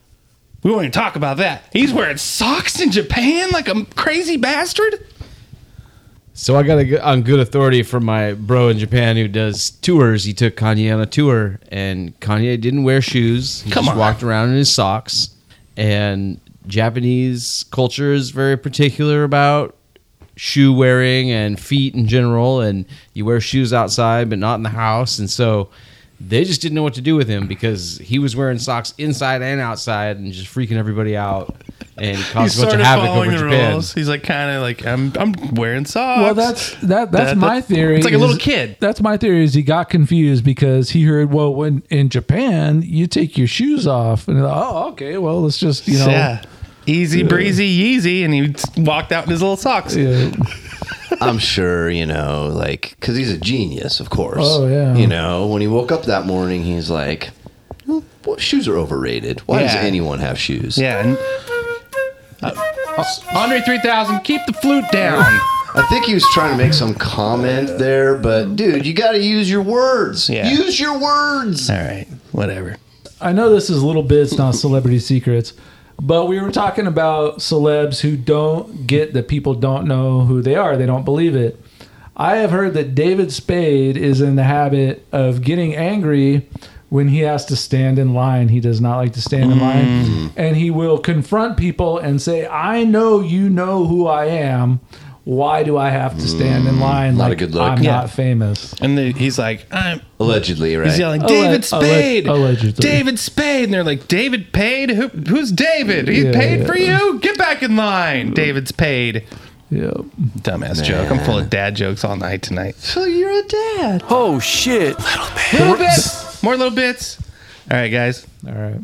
[SPEAKER 3] We won't even talk about that. He's wearing socks in Japan like a crazy bastard.
[SPEAKER 4] So I got a, good- on good authority from my bro in Japan who does tours. He took Kanye on a tour, and Kanye didn't wear shoes. He
[SPEAKER 3] Come
[SPEAKER 4] just
[SPEAKER 3] on.
[SPEAKER 4] walked around in his socks. And Japanese culture is very particular about shoe wearing and feet in general. And you wear shoes outside, but not in the house. And so they just didn't know what to do with him because he was wearing socks inside and outside and just freaking everybody out and caused a bunch of havoc over Japan.
[SPEAKER 3] He's like kind of like I'm I'm wearing socks.
[SPEAKER 14] Well, that's that. That's
[SPEAKER 3] Da- da-
[SPEAKER 14] my theory.
[SPEAKER 3] It's like a little
[SPEAKER 14] is-
[SPEAKER 3] kid.
[SPEAKER 14] That's my theory. Is he got confused because he heard, well, when in Japan you take your shoes off, and oh, okay, well, let's just you know,
[SPEAKER 3] yeah. Easy
[SPEAKER 14] Yeah.
[SPEAKER 3] breezy Yeezy, and he just walked out in his little socks.
[SPEAKER 5] I'm sure, you know, like, because he's a genius, of course.
[SPEAKER 14] Oh, yeah.
[SPEAKER 5] You know, when he woke up that morning, he's like, "Well, what- shoes are overrated. Why does
[SPEAKER 3] Yeah. uh,
[SPEAKER 5] anyone have shoes?
[SPEAKER 3] Yeah. And, Andre three thousand, keep the flute down.
[SPEAKER 5] I think he was trying to make some comment there, but dude, you got to use your words.
[SPEAKER 14] Yeah.
[SPEAKER 5] Use your words.
[SPEAKER 3] All right, whatever.
[SPEAKER 14] I know this is little bits, not celebrity secrets, but we were talking about celebs who don't get that people don't know who they are. They don't believe it. I have heard that David Spade is in the habit of getting angry when he has to stand in line. He does not like to stand in
[SPEAKER 5] Mm.
[SPEAKER 14] line. And he will confront people and say, I know you know who I am. Why do I have to stand in line?
[SPEAKER 5] Mm. not a
[SPEAKER 14] like
[SPEAKER 5] good look."
[SPEAKER 14] I'm
[SPEAKER 5] Yeah.
[SPEAKER 14] not famous.
[SPEAKER 3] And the, he's like, I'm.
[SPEAKER 5] Allegedly, right?
[SPEAKER 3] He's yelling,
[SPEAKER 14] Alle-
[SPEAKER 3] David
[SPEAKER 14] alle-
[SPEAKER 3] Spade,
[SPEAKER 14] allegedly.
[SPEAKER 3] David Spade, and they're like, David paid? Who, who's David? He
[SPEAKER 14] Yeah,
[SPEAKER 3] paid
[SPEAKER 14] yeah.
[SPEAKER 3] for you? Get back in line. David's paid.
[SPEAKER 14] Yep.
[SPEAKER 3] Dumbass joke. I'm full of dad jokes all night tonight.
[SPEAKER 14] So you're a dad.
[SPEAKER 3] Oh shit! Little bits. Little bits. More little bits. All right, guys.
[SPEAKER 14] All right.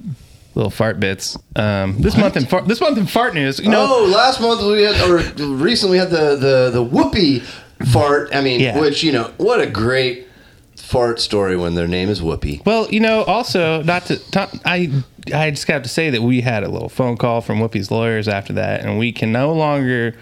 [SPEAKER 3] Little fart bits. Um, this month in fart, this month in fart news. You know,
[SPEAKER 5] oh, last month we had, or recently we had the the the whoopee fart. I mean,
[SPEAKER 3] Yeah.
[SPEAKER 5] which you know, what a great fart story when their name is Whoopi.
[SPEAKER 3] Well, you know, also not to, to- I I just have to say that we had a little phone call from Whoopi's lawyers after that, and we can no longer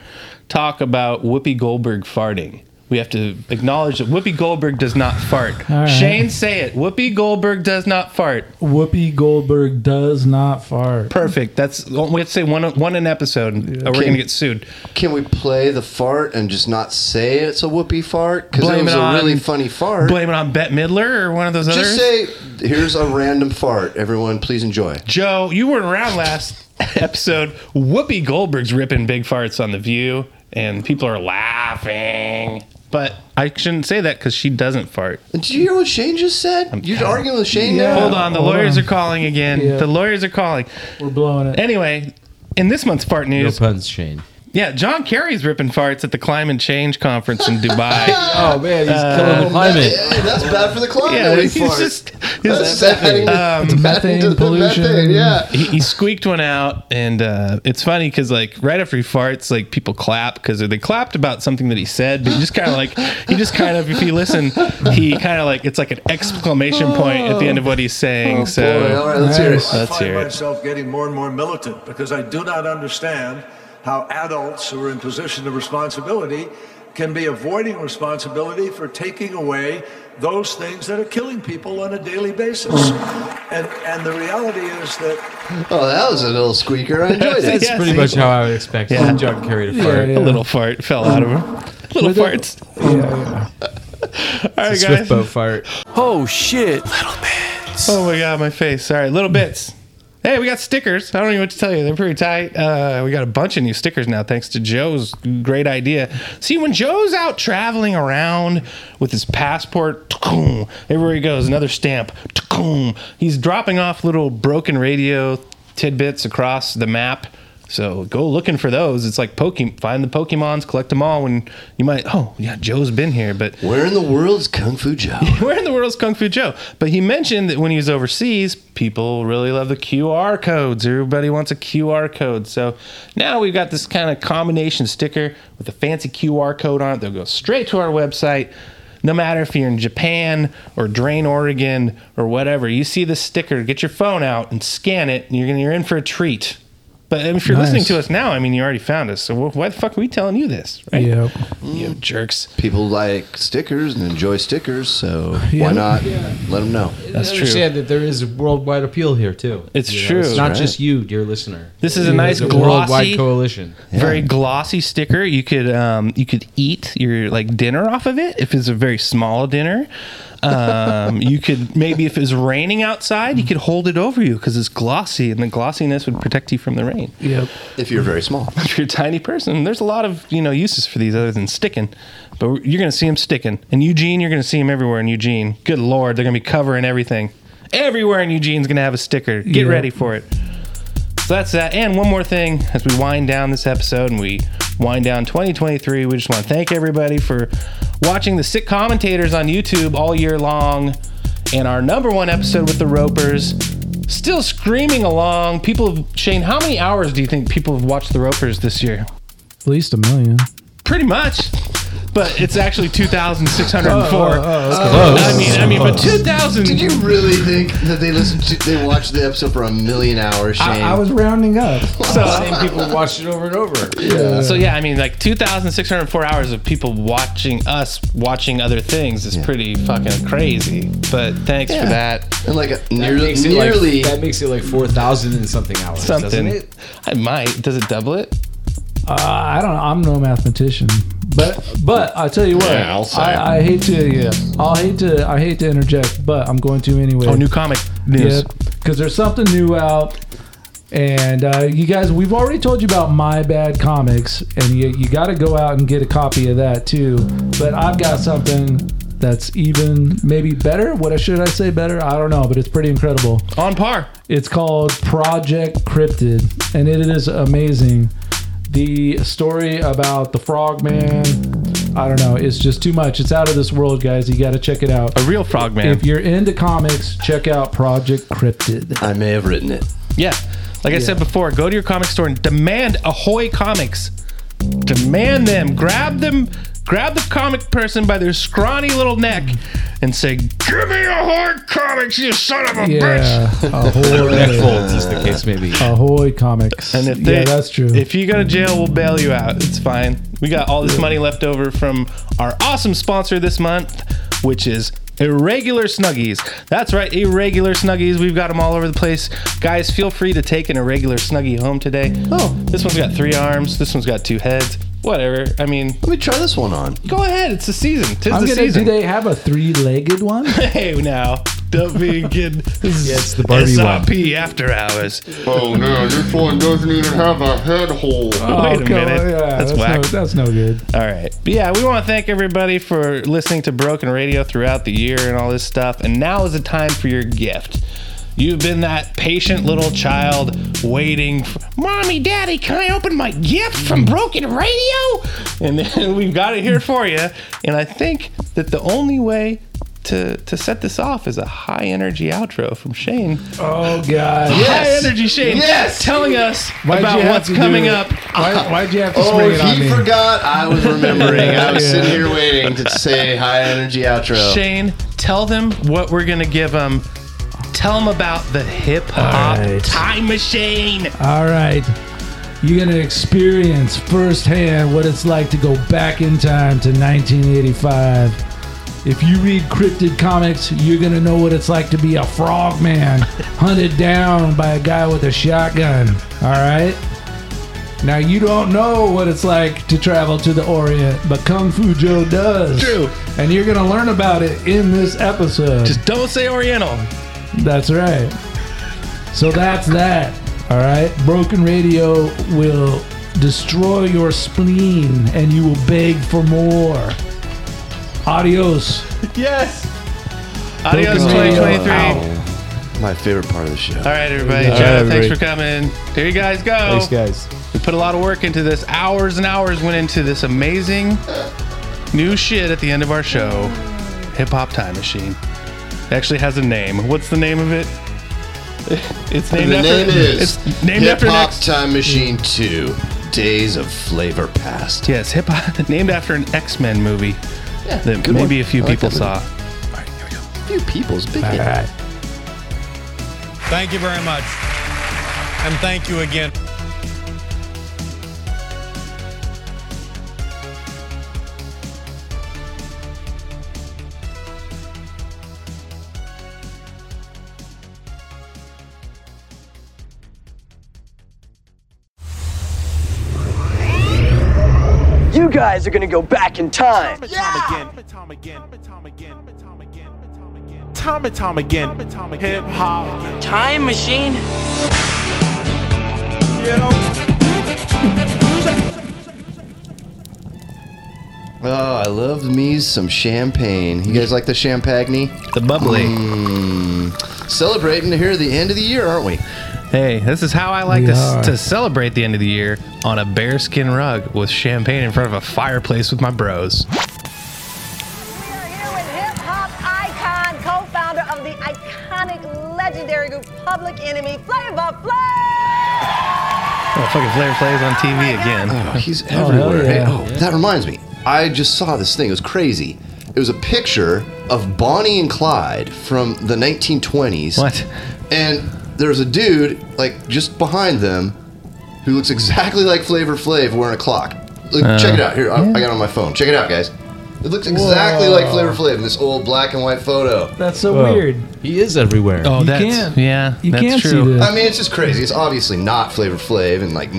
[SPEAKER 3] talk about Whoopi Goldberg farting. We have to acknowledge that Whoopi Goldberg does not fart.
[SPEAKER 14] All right.
[SPEAKER 3] Shane, say it. Whoopi Goldberg does not fart.
[SPEAKER 14] Whoopi Goldberg does not fart.
[SPEAKER 3] Perfect. That's we have to say one one an episode, or we're
[SPEAKER 5] Can-
[SPEAKER 3] gonna get sued.
[SPEAKER 5] Can we play the fart and just not say it's a Whoopi fart? Because it
[SPEAKER 3] Blame
[SPEAKER 5] was
[SPEAKER 3] it
[SPEAKER 5] a
[SPEAKER 3] on-
[SPEAKER 5] really funny fart.
[SPEAKER 3] Blame it on Bette Midler or one of those others.
[SPEAKER 5] Just say, here's a random fart. Everyone, please enjoy.
[SPEAKER 3] Joe, you weren't around last episode. Whoopi Goldberg's ripping big farts on The View, and people are laughing. But I shouldn't say that because she doesn't fart.
[SPEAKER 5] Did you hear what Shane just said? You're arguing with Shane uh, now?
[SPEAKER 3] Hold on, the
[SPEAKER 14] hold
[SPEAKER 3] lawyers
[SPEAKER 14] on.
[SPEAKER 3] are calling again.
[SPEAKER 14] Yeah.
[SPEAKER 3] The lawyers are calling.
[SPEAKER 14] We're blowing it.
[SPEAKER 3] Anyway, in this month's fart
[SPEAKER 4] No
[SPEAKER 3] news,
[SPEAKER 4] puns, Shane.
[SPEAKER 3] yeah, John Kerry's ripping farts at the Climate Change Conference in Dubai.
[SPEAKER 4] Oh man, he's killing the climate.
[SPEAKER 5] Hey, Uh, that's bad for the climate.
[SPEAKER 3] yeah,
[SPEAKER 5] when he
[SPEAKER 3] he's
[SPEAKER 5] farts.
[SPEAKER 3] just
[SPEAKER 5] That's sad.
[SPEAKER 3] Um,
[SPEAKER 5] Methane pollution. yeah.
[SPEAKER 3] he, he squeaked one out, and uh, it's funny because like right after he farts, like people clap because they clapped about something that he said, but he just kind of like he just kind of if you listen, he kind of like it's like an exclamation point at the end of what he's saying. so
[SPEAKER 5] Oh, boy. All right, let's hear it.
[SPEAKER 11] uh,
[SPEAKER 3] Oh,
[SPEAKER 11] I
[SPEAKER 3] Let's
[SPEAKER 11] find
[SPEAKER 3] hear it.
[SPEAKER 11] myself getting more and more militant because I do not understand how adults who are in position of responsibility can be avoiding responsibility for taking away those things that are killing people on a daily basis. And and the reality is that
[SPEAKER 5] Oh, that was a little squeaker. I enjoyed it.
[SPEAKER 4] That's
[SPEAKER 3] Yeah,
[SPEAKER 4] pretty
[SPEAKER 3] see?
[SPEAKER 4] much how I would expect
[SPEAKER 3] Yeah.
[SPEAKER 4] John Kerry to
[SPEAKER 14] Yeah,
[SPEAKER 4] fart.
[SPEAKER 14] yeah.
[SPEAKER 3] A little fart fell out of him. Little farts.
[SPEAKER 14] Yeah, yeah.
[SPEAKER 3] All right,
[SPEAKER 4] It's
[SPEAKER 3] guys.
[SPEAKER 4] a Swift boat fart.
[SPEAKER 10] Oh shit.
[SPEAKER 3] Oh my god, my face. All right, little bits. Hey, we got stickers. I don't know what to tell you. They're pretty tight. Uh, we got a bunch of new stickers now, thanks to Joe's great idea. See, when Joe's out traveling around with his passport, everywhere he goes, another stamp. He's dropping off little broken radio tidbits across the map. So go looking for those. It's like Pokemon. Find the Pokemons, collect them all, and you might. Oh, yeah, Joe's been here, but
[SPEAKER 5] Where in the world's Kung Fu Joe?
[SPEAKER 3] where in the world's Kung Fu Joe? But he mentioned that when he was overseas, people really love the QR codes. Everybody wants a QR code. So now we've got this kind of combination sticker with a fancy QR code on it. They'll go straight to our website. No matter if you're in Japan or Drain, Oregon or whatever, you see this sticker, get your phone out and scan it, and you're, gonna, you're in for a treat. But if you're listening
[SPEAKER 14] Nice.
[SPEAKER 3] to us now, I mean, you already found us. So wh- why the fuck are we telling you this, right?
[SPEAKER 14] Yep.
[SPEAKER 3] You jerks.
[SPEAKER 5] Mm. People like stickers and enjoy stickers, so
[SPEAKER 14] Yeah.
[SPEAKER 5] why not let them know?
[SPEAKER 3] That's
[SPEAKER 4] I
[SPEAKER 3] true.
[SPEAKER 4] understand that there is worldwide appeal here too.
[SPEAKER 3] It's
[SPEAKER 4] You know,
[SPEAKER 3] true.
[SPEAKER 4] It's not
[SPEAKER 5] Right.
[SPEAKER 4] just you, dear listener.
[SPEAKER 3] This is a
[SPEAKER 4] It
[SPEAKER 3] nice
[SPEAKER 4] a
[SPEAKER 3] glossy-
[SPEAKER 4] worldwide coalition.
[SPEAKER 3] very glossy sticker. You could um, you could eat your like dinner off of it if it's a very small dinner. Um, you could maybe if it's raining outside, you could hold it over you because it's glossy, and the glossiness would protect you from the rain.
[SPEAKER 14] Yep.
[SPEAKER 5] If you're very small.
[SPEAKER 3] If you're a tiny person, there's a lot of you know uses for these other than sticking, but you're gonna see them sticking. And Eugene, you're gonna see them everywhere in Eugene. Good lord, they're gonna be covering everything. Everywhere in Eugene's gonna have a sticker. Get
[SPEAKER 14] Yeah.
[SPEAKER 3] ready for it. So that's that. And one more thing as we wind down this episode and we wind down 2023, we just want to thank everybody for watching the sick commentators on YouTube all year long. And our number one episode with the Ropers, still screaming along. People, have, Shane, how many
[SPEAKER 5] Oh,
[SPEAKER 3] hours do you think people have watched the Ropers this year?
[SPEAKER 14] At least a million.
[SPEAKER 3] Pretty much. but it's actually 2,604.
[SPEAKER 5] Oh, oh, oh, okay.
[SPEAKER 3] I mean, I mean, but 2,000.
[SPEAKER 5] Oh. Did you really think that they listened to, they watched the episode for a million hours, Shane?
[SPEAKER 14] I, I was rounding up.
[SPEAKER 4] So same people watched it over and over.
[SPEAKER 3] Yeah. Uh, So yeah, I mean, like 2,604 hours of people watching us watching other things is pretty fucking crazy. But thanks for that.
[SPEAKER 5] And like
[SPEAKER 3] nearly-
[SPEAKER 4] makes it
[SPEAKER 3] nearly-
[SPEAKER 4] like, that makes it like four thousand and something hours, doesn't
[SPEAKER 3] Something.
[SPEAKER 4] it?
[SPEAKER 3] I might. Does it double it?
[SPEAKER 14] Uh, I don't. know. I'm no mathematician, but but I tell you what,
[SPEAKER 3] Yeah, I'll say.
[SPEAKER 14] I, I hate to. Yeah, I'll hate to. I hate to interject, but I'm going to anyway.
[SPEAKER 3] Oh, new comic news.
[SPEAKER 14] because there's something new out, and uh, you guys, we've already told you about My Bad Comics, and you you got to go out and get a copy of that too. But I've got something that's even maybe better. What should I say? Better? I don't know, but it's pretty incredible.
[SPEAKER 3] On par.
[SPEAKER 14] It's called Project Cryptid, and it is amazing. The story about the frogman, I don't know, it's just too much. It's out of this world, guys. You got to check it out.
[SPEAKER 3] A real frogman.
[SPEAKER 14] If you're into comics, check out Project Cryptid.
[SPEAKER 5] I may have written it.
[SPEAKER 3] Yeah. Like I
[SPEAKER 14] Yeah.
[SPEAKER 3] said before, go to your comic store and demand Ahoy Comics. Demand them. Grab them. Grab the comic person by their scrawny little neck and say, Give me a hard comics, you son of a
[SPEAKER 14] Yeah,
[SPEAKER 3] bitch!
[SPEAKER 14] Ahoy. Neck folds, as the
[SPEAKER 4] case may be.
[SPEAKER 14] Ahoy Comics.
[SPEAKER 3] And if they,
[SPEAKER 14] yeah, that's true.
[SPEAKER 3] If you go to jail, we'll bail you out. It's fine. We got all this money left over from our awesome sponsor this month, which is Irregular Snuggies. That's right, Irregular Snuggies. We've got them all over the place. Guys, feel free to take an Irregular Snuggie home today. Oh, this one's got three arms. This one's got two heads. Whatever. I mean,
[SPEAKER 5] let me try this one on.
[SPEAKER 3] Go ahead. It's the season. Tis
[SPEAKER 14] I'm
[SPEAKER 3] the
[SPEAKER 14] gonna, do
[SPEAKER 3] season.
[SPEAKER 14] they have a three-legged one?
[SPEAKER 3] hey, now. Don't be good. This is
[SPEAKER 14] the Barbie
[SPEAKER 3] SRP after hours.
[SPEAKER 1] Oh no, this one doesn't even have a head hole.
[SPEAKER 14] Oh,
[SPEAKER 5] Oh,
[SPEAKER 3] Wait a minute. that's, whack.
[SPEAKER 14] that's no good.
[SPEAKER 3] All right. But yeah, we want to thank everybody for listening to Broken Radio throughout the year and all this stuff. And now is the time for your gift. You've been that patient little child waiting. For, Mommy, Daddy, can I open my gift from Broken Radio? and then we've got it here for you. And I think that the only way to, to set this off is a high energy outro from Shane.
[SPEAKER 14] Oh God!
[SPEAKER 3] High energy Shane.
[SPEAKER 5] Yes.
[SPEAKER 3] Telling us
[SPEAKER 5] Why'd you
[SPEAKER 3] about
[SPEAKER 5] have
[SPEAKER 3] what's
[SPEAKER 5] to
[SPEAKER 3] coming
[SPEAKER 5] do it?
[SPEAKER 3] up.
[SPEAKER 5] Why- why'd
[SPEAKER 14] you have
[SPEAKER 5] to Oh, spring it on he me? forgot. I was remembering. I was sitting here waiting to say high energy outro.
[SPEAKER 3] Shane, tell them what we're gonna give them. Tell them about the hip hop time machine.
[SPEAKER 14] All right. You're going to experience firsthand what it's like to go back in time to 1985. If you read cryptid comics, you're going to know what it's like to be a frogman hunted down by a guy with a shotgun. All right? Now, you don't know what it's like to travel to the Orient, but Kung Fu Joe does. True. And you're going to learn about it in this episode.
[SPEAKER 3] Just don't say Oriental.
[SPEAKER 14] That's right. So that's that. All right. Broken radio will destroy your spleen and you will beg for more. Adios.
[SPEAKER 3] Yes. Adios,
[SPEAKER 5] Broken radio.
[SPEAKER 3] 2023.
[SPEAKER 5] Ow. My favorite part of the show.
[SPEAKER 3] All right, everybody. Joe, thanks for coming. Here you guys go.
[SPEAKER 5] Thanks,
[SPEAKER 14] guys.
[SPEAKER 3] We put a lot of work into this. Hours and hours went into this amazing new shit at the end of our show. Hip Hop Time Machine. It actually has a name. What's the name of it? It's named
[SPEAKER 5] the
[SPEAKER 3] after.
[SPEAKER 5] name is
[SPEAKER 3] it's named
[SPEAKER 5] Hip
[SPEAKER 3] after
[SPEAKER 5] Hop
[SPEAKER 3] next.
[SPEAKER 5] Time Machine Two: Days of Flavor Past.
[SPEAKER 3] Yes, hip hop named after an X Men movie
[SPEAKER 5] Yeah,
[SPEAKER 3] that
[SPEAKER 5] good
[SPEAKER 3] maybe
[SPEAKER 5] one.
[SPEAKER 3] a few
[SPEAKER 5] I like
[SPEAKER 3] people
[SPEAKER 5] that movie.
[SPEAKER 3] saw.
[SPEAKER 5] Few people's big.
[SPEAKER 3] All
[SPEAKER 5] hit.
[SPEAKER 3] right.
[SPEAKER 8] Thank you very much. And thank you again.
[SPEAKER 23] You guys are gonna go back in time.
[SPEAKER 7] Time and time again. Time and time again. Hip hop.
[SPEAKER 23] Time machine.
[SPEAKER 7] You know.
[SPEAKER 5] Oh, I love me some champagne. You guys like the champagne?
[SPEAKER 3] The bubbly.
[SPEAKER 5] Celebrating here at the end of the year, aren't we?
[SPEAKER 3] Hey, this is how I like
[SPEAKER 5] We
[SPEAKER 3] to,
[SPEAKER 5] are.
[SPEAKER 3] s- to celebrate the end of the year on a bearskin rug with champagne in front of a fireplace with my bros.
[SPEAKER 24] icon, co-founder of the iconic, legendary group Public Enemy, Flavor Flav.
[SPEAKER 3] Oh, fucking Flair plays on TV again.
[SPEAKER 14] Oh,
[SPEAKER 5] Oh, he's everywhere. Hey, Oh, that reminds me. I just saw this thing. It was crazy. It was a picture of Bonnie and Clyde from the 1920s. What? And there's a dude like just behind them who looks exactly like Flavor Flav wearing a clock. Look,
[SPEAKER 7] Uh,
[SPEAKER 5] check it out. Here, I,
[SPEAKER 7] yeah.
[SPEAKER 5] I got it on my phone. Check it out, guys. It looks exactly
[SPEAKER 7] Whoa.
[SPEAKER 5] like Flavor Flav in this old black and white photo.
[SPEAKER 14] That's so
[SPEAKER 5] Whoa.
[SPEAKER 14] weird.
[SPEAKER 4] He is everywhere.
[SPEAKER 14] Oh, You that's- can't-
[SPEAKER 3] yeah,
[SPEAKER 14] you that's can't see true. this.
[SPEAKER 5] I mean, it's just crazy. It's obviously not Flavor Flav in like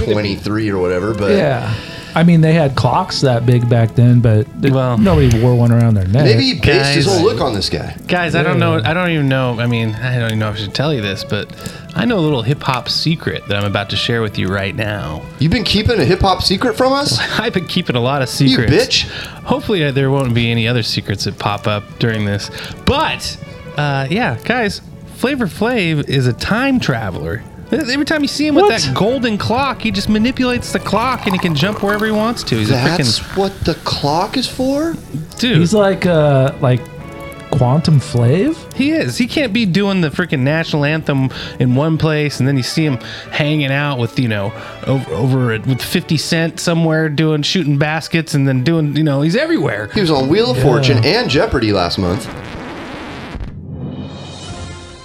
[SPEAKER 5] 1923 or whatever, but
[SPEAKER 14] yeah. I mean, they had clocks that big back then, but nobody wore one around their neck.
[SPEAKER 5] maybe he based
[SPEAKER 3] Guys.
[SPEAKER 5] his whole look on this guy.
[SPEAKER 3] Guys, I don't know. I don't even know. I mean, I don't even know if I should tell you this, but I know a little hip hop secret that I'm about to share with you right now.
[SPEAKER 5] You've been keeping a hip hop secret from us?
[SPEAKER 3] I've been keeping a lot of secrets.
[SPEAKER 5] bitch.
[SPEAKER 3] Hopefully, uh, there won't be any other secrets that pop up during this. But, uh, yeah, guys, Flavor Flav is a time traveler. E-, Every time you see him with that golden clock, he just manipulates the clock and he can jump wherever he wants to. He's
[SPEAKER 5] That's
[SPEAKER 3] a freaking
[SPEAKER 5] what the clock is for?
[SPEAKER 3] dude.
[SPEAKER 14] He's like uh like Quantum Flav.
[SPEAKER 3] He is. He can't be doing the freaking national anthem in one place and then you see him hanging out with, you know, over, over at, with 50 Cent somewhere doing shooting baskets and then doing, you know, he's everywhere.
[SPEAKER 5] He was on Wheel of Fortune and Jeopardy last month.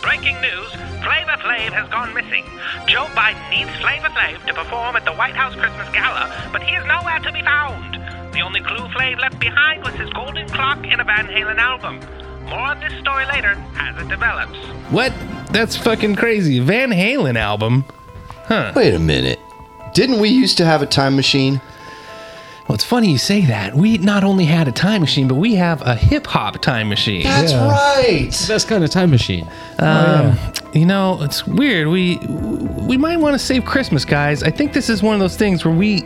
[SPEAKER 9] Breaking news Flavor Flav has gone missing. Joe Biden needs Flavor Flav to perform at the White House Christmas Gala, but he is nowhere to be found. The only clue Flav left behind was his golden clock in a Van Halen album. More on this story later as it develops.
[SPEAKER 3] What? That's fucking crazy. Van Halen album. Huh.
[SPEAKER 5] Wait a minute. Didn't we used to have a time machine?
[SPEAKER 3] Well, it's funny you say that. We not only had a time machine, but we have a hip hop time machine.
[SPEAKER 5] That's Yeah. right.
[SPEAKER 4] Best kind of time machine.
[SPEAKER 3] Um, You know, it's weird. We we might want to save Christmas, guys. I think this is one of those things where we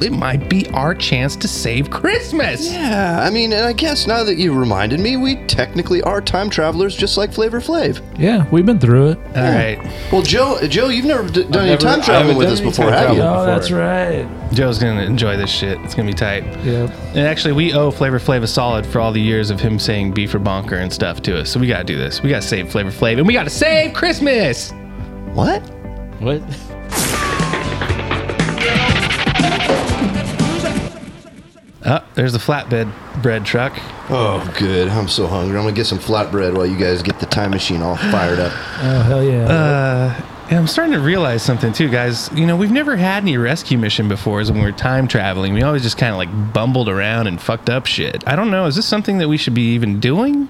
[SPEAKER 3] it might be our chance to save Christmas.
[SPEAKER 5] Yeah, I mean, and I guess now that you reminded me, we technically are time travelers just like Flavor Flav.
[SPEAKER 14] Yeah, we've been through it.
[SPEAKER 3] All right.
[SPEAKER 5] Well, Joe, Joe, you've never d- done any
[SPEAKER 3] never-
[SPEAKER 5] time
[SPEAKER 3] I
[SPEAKER 5] traveling
[SPEAKER 3] haven't
[SPEAKER 5] with
[SPEAKER 3] done
[SPEAKER 5] us
[SPEAKER 3] any
[SPEAKER 5] before,
[SPEAKER 3] time Oh,
[SPEAKER 5] have you?
[SPEAKER 3] travel No,
[SPEAKER 14] that's right.
[SPEAKER 3] Joe's gonna enjoy this shit. It's gonna be tight.
[SPEAKER 14] Yep.
[SPEAKER 3] And actually, we owe Flavor Flav a solid for all the years of him saying "beef for bonker" and stuff to us. So we gotta do this. We gotta save Flavor Flav, and we gotta save Christmas.
[SPEAKER 5] What?
[SPEAKER 4] What?
[SPEAKER 3] Uh, there's the flatbed bread truck.
[SPEAKER 5] Oh, good. I'm so hungry. I'm gonna get some flatbread while you guys get the time machine all fired up.
[SPEAKER 14] Oh hell yeah.
[SPEAKER 3] Uh, and I'm starting to realize something too, guys. You know, we've never had any rescue mission before as when we were time traveling. We always just kind of like bumbled around and fucked up shit. I don't know. Is this something that we should be even doing?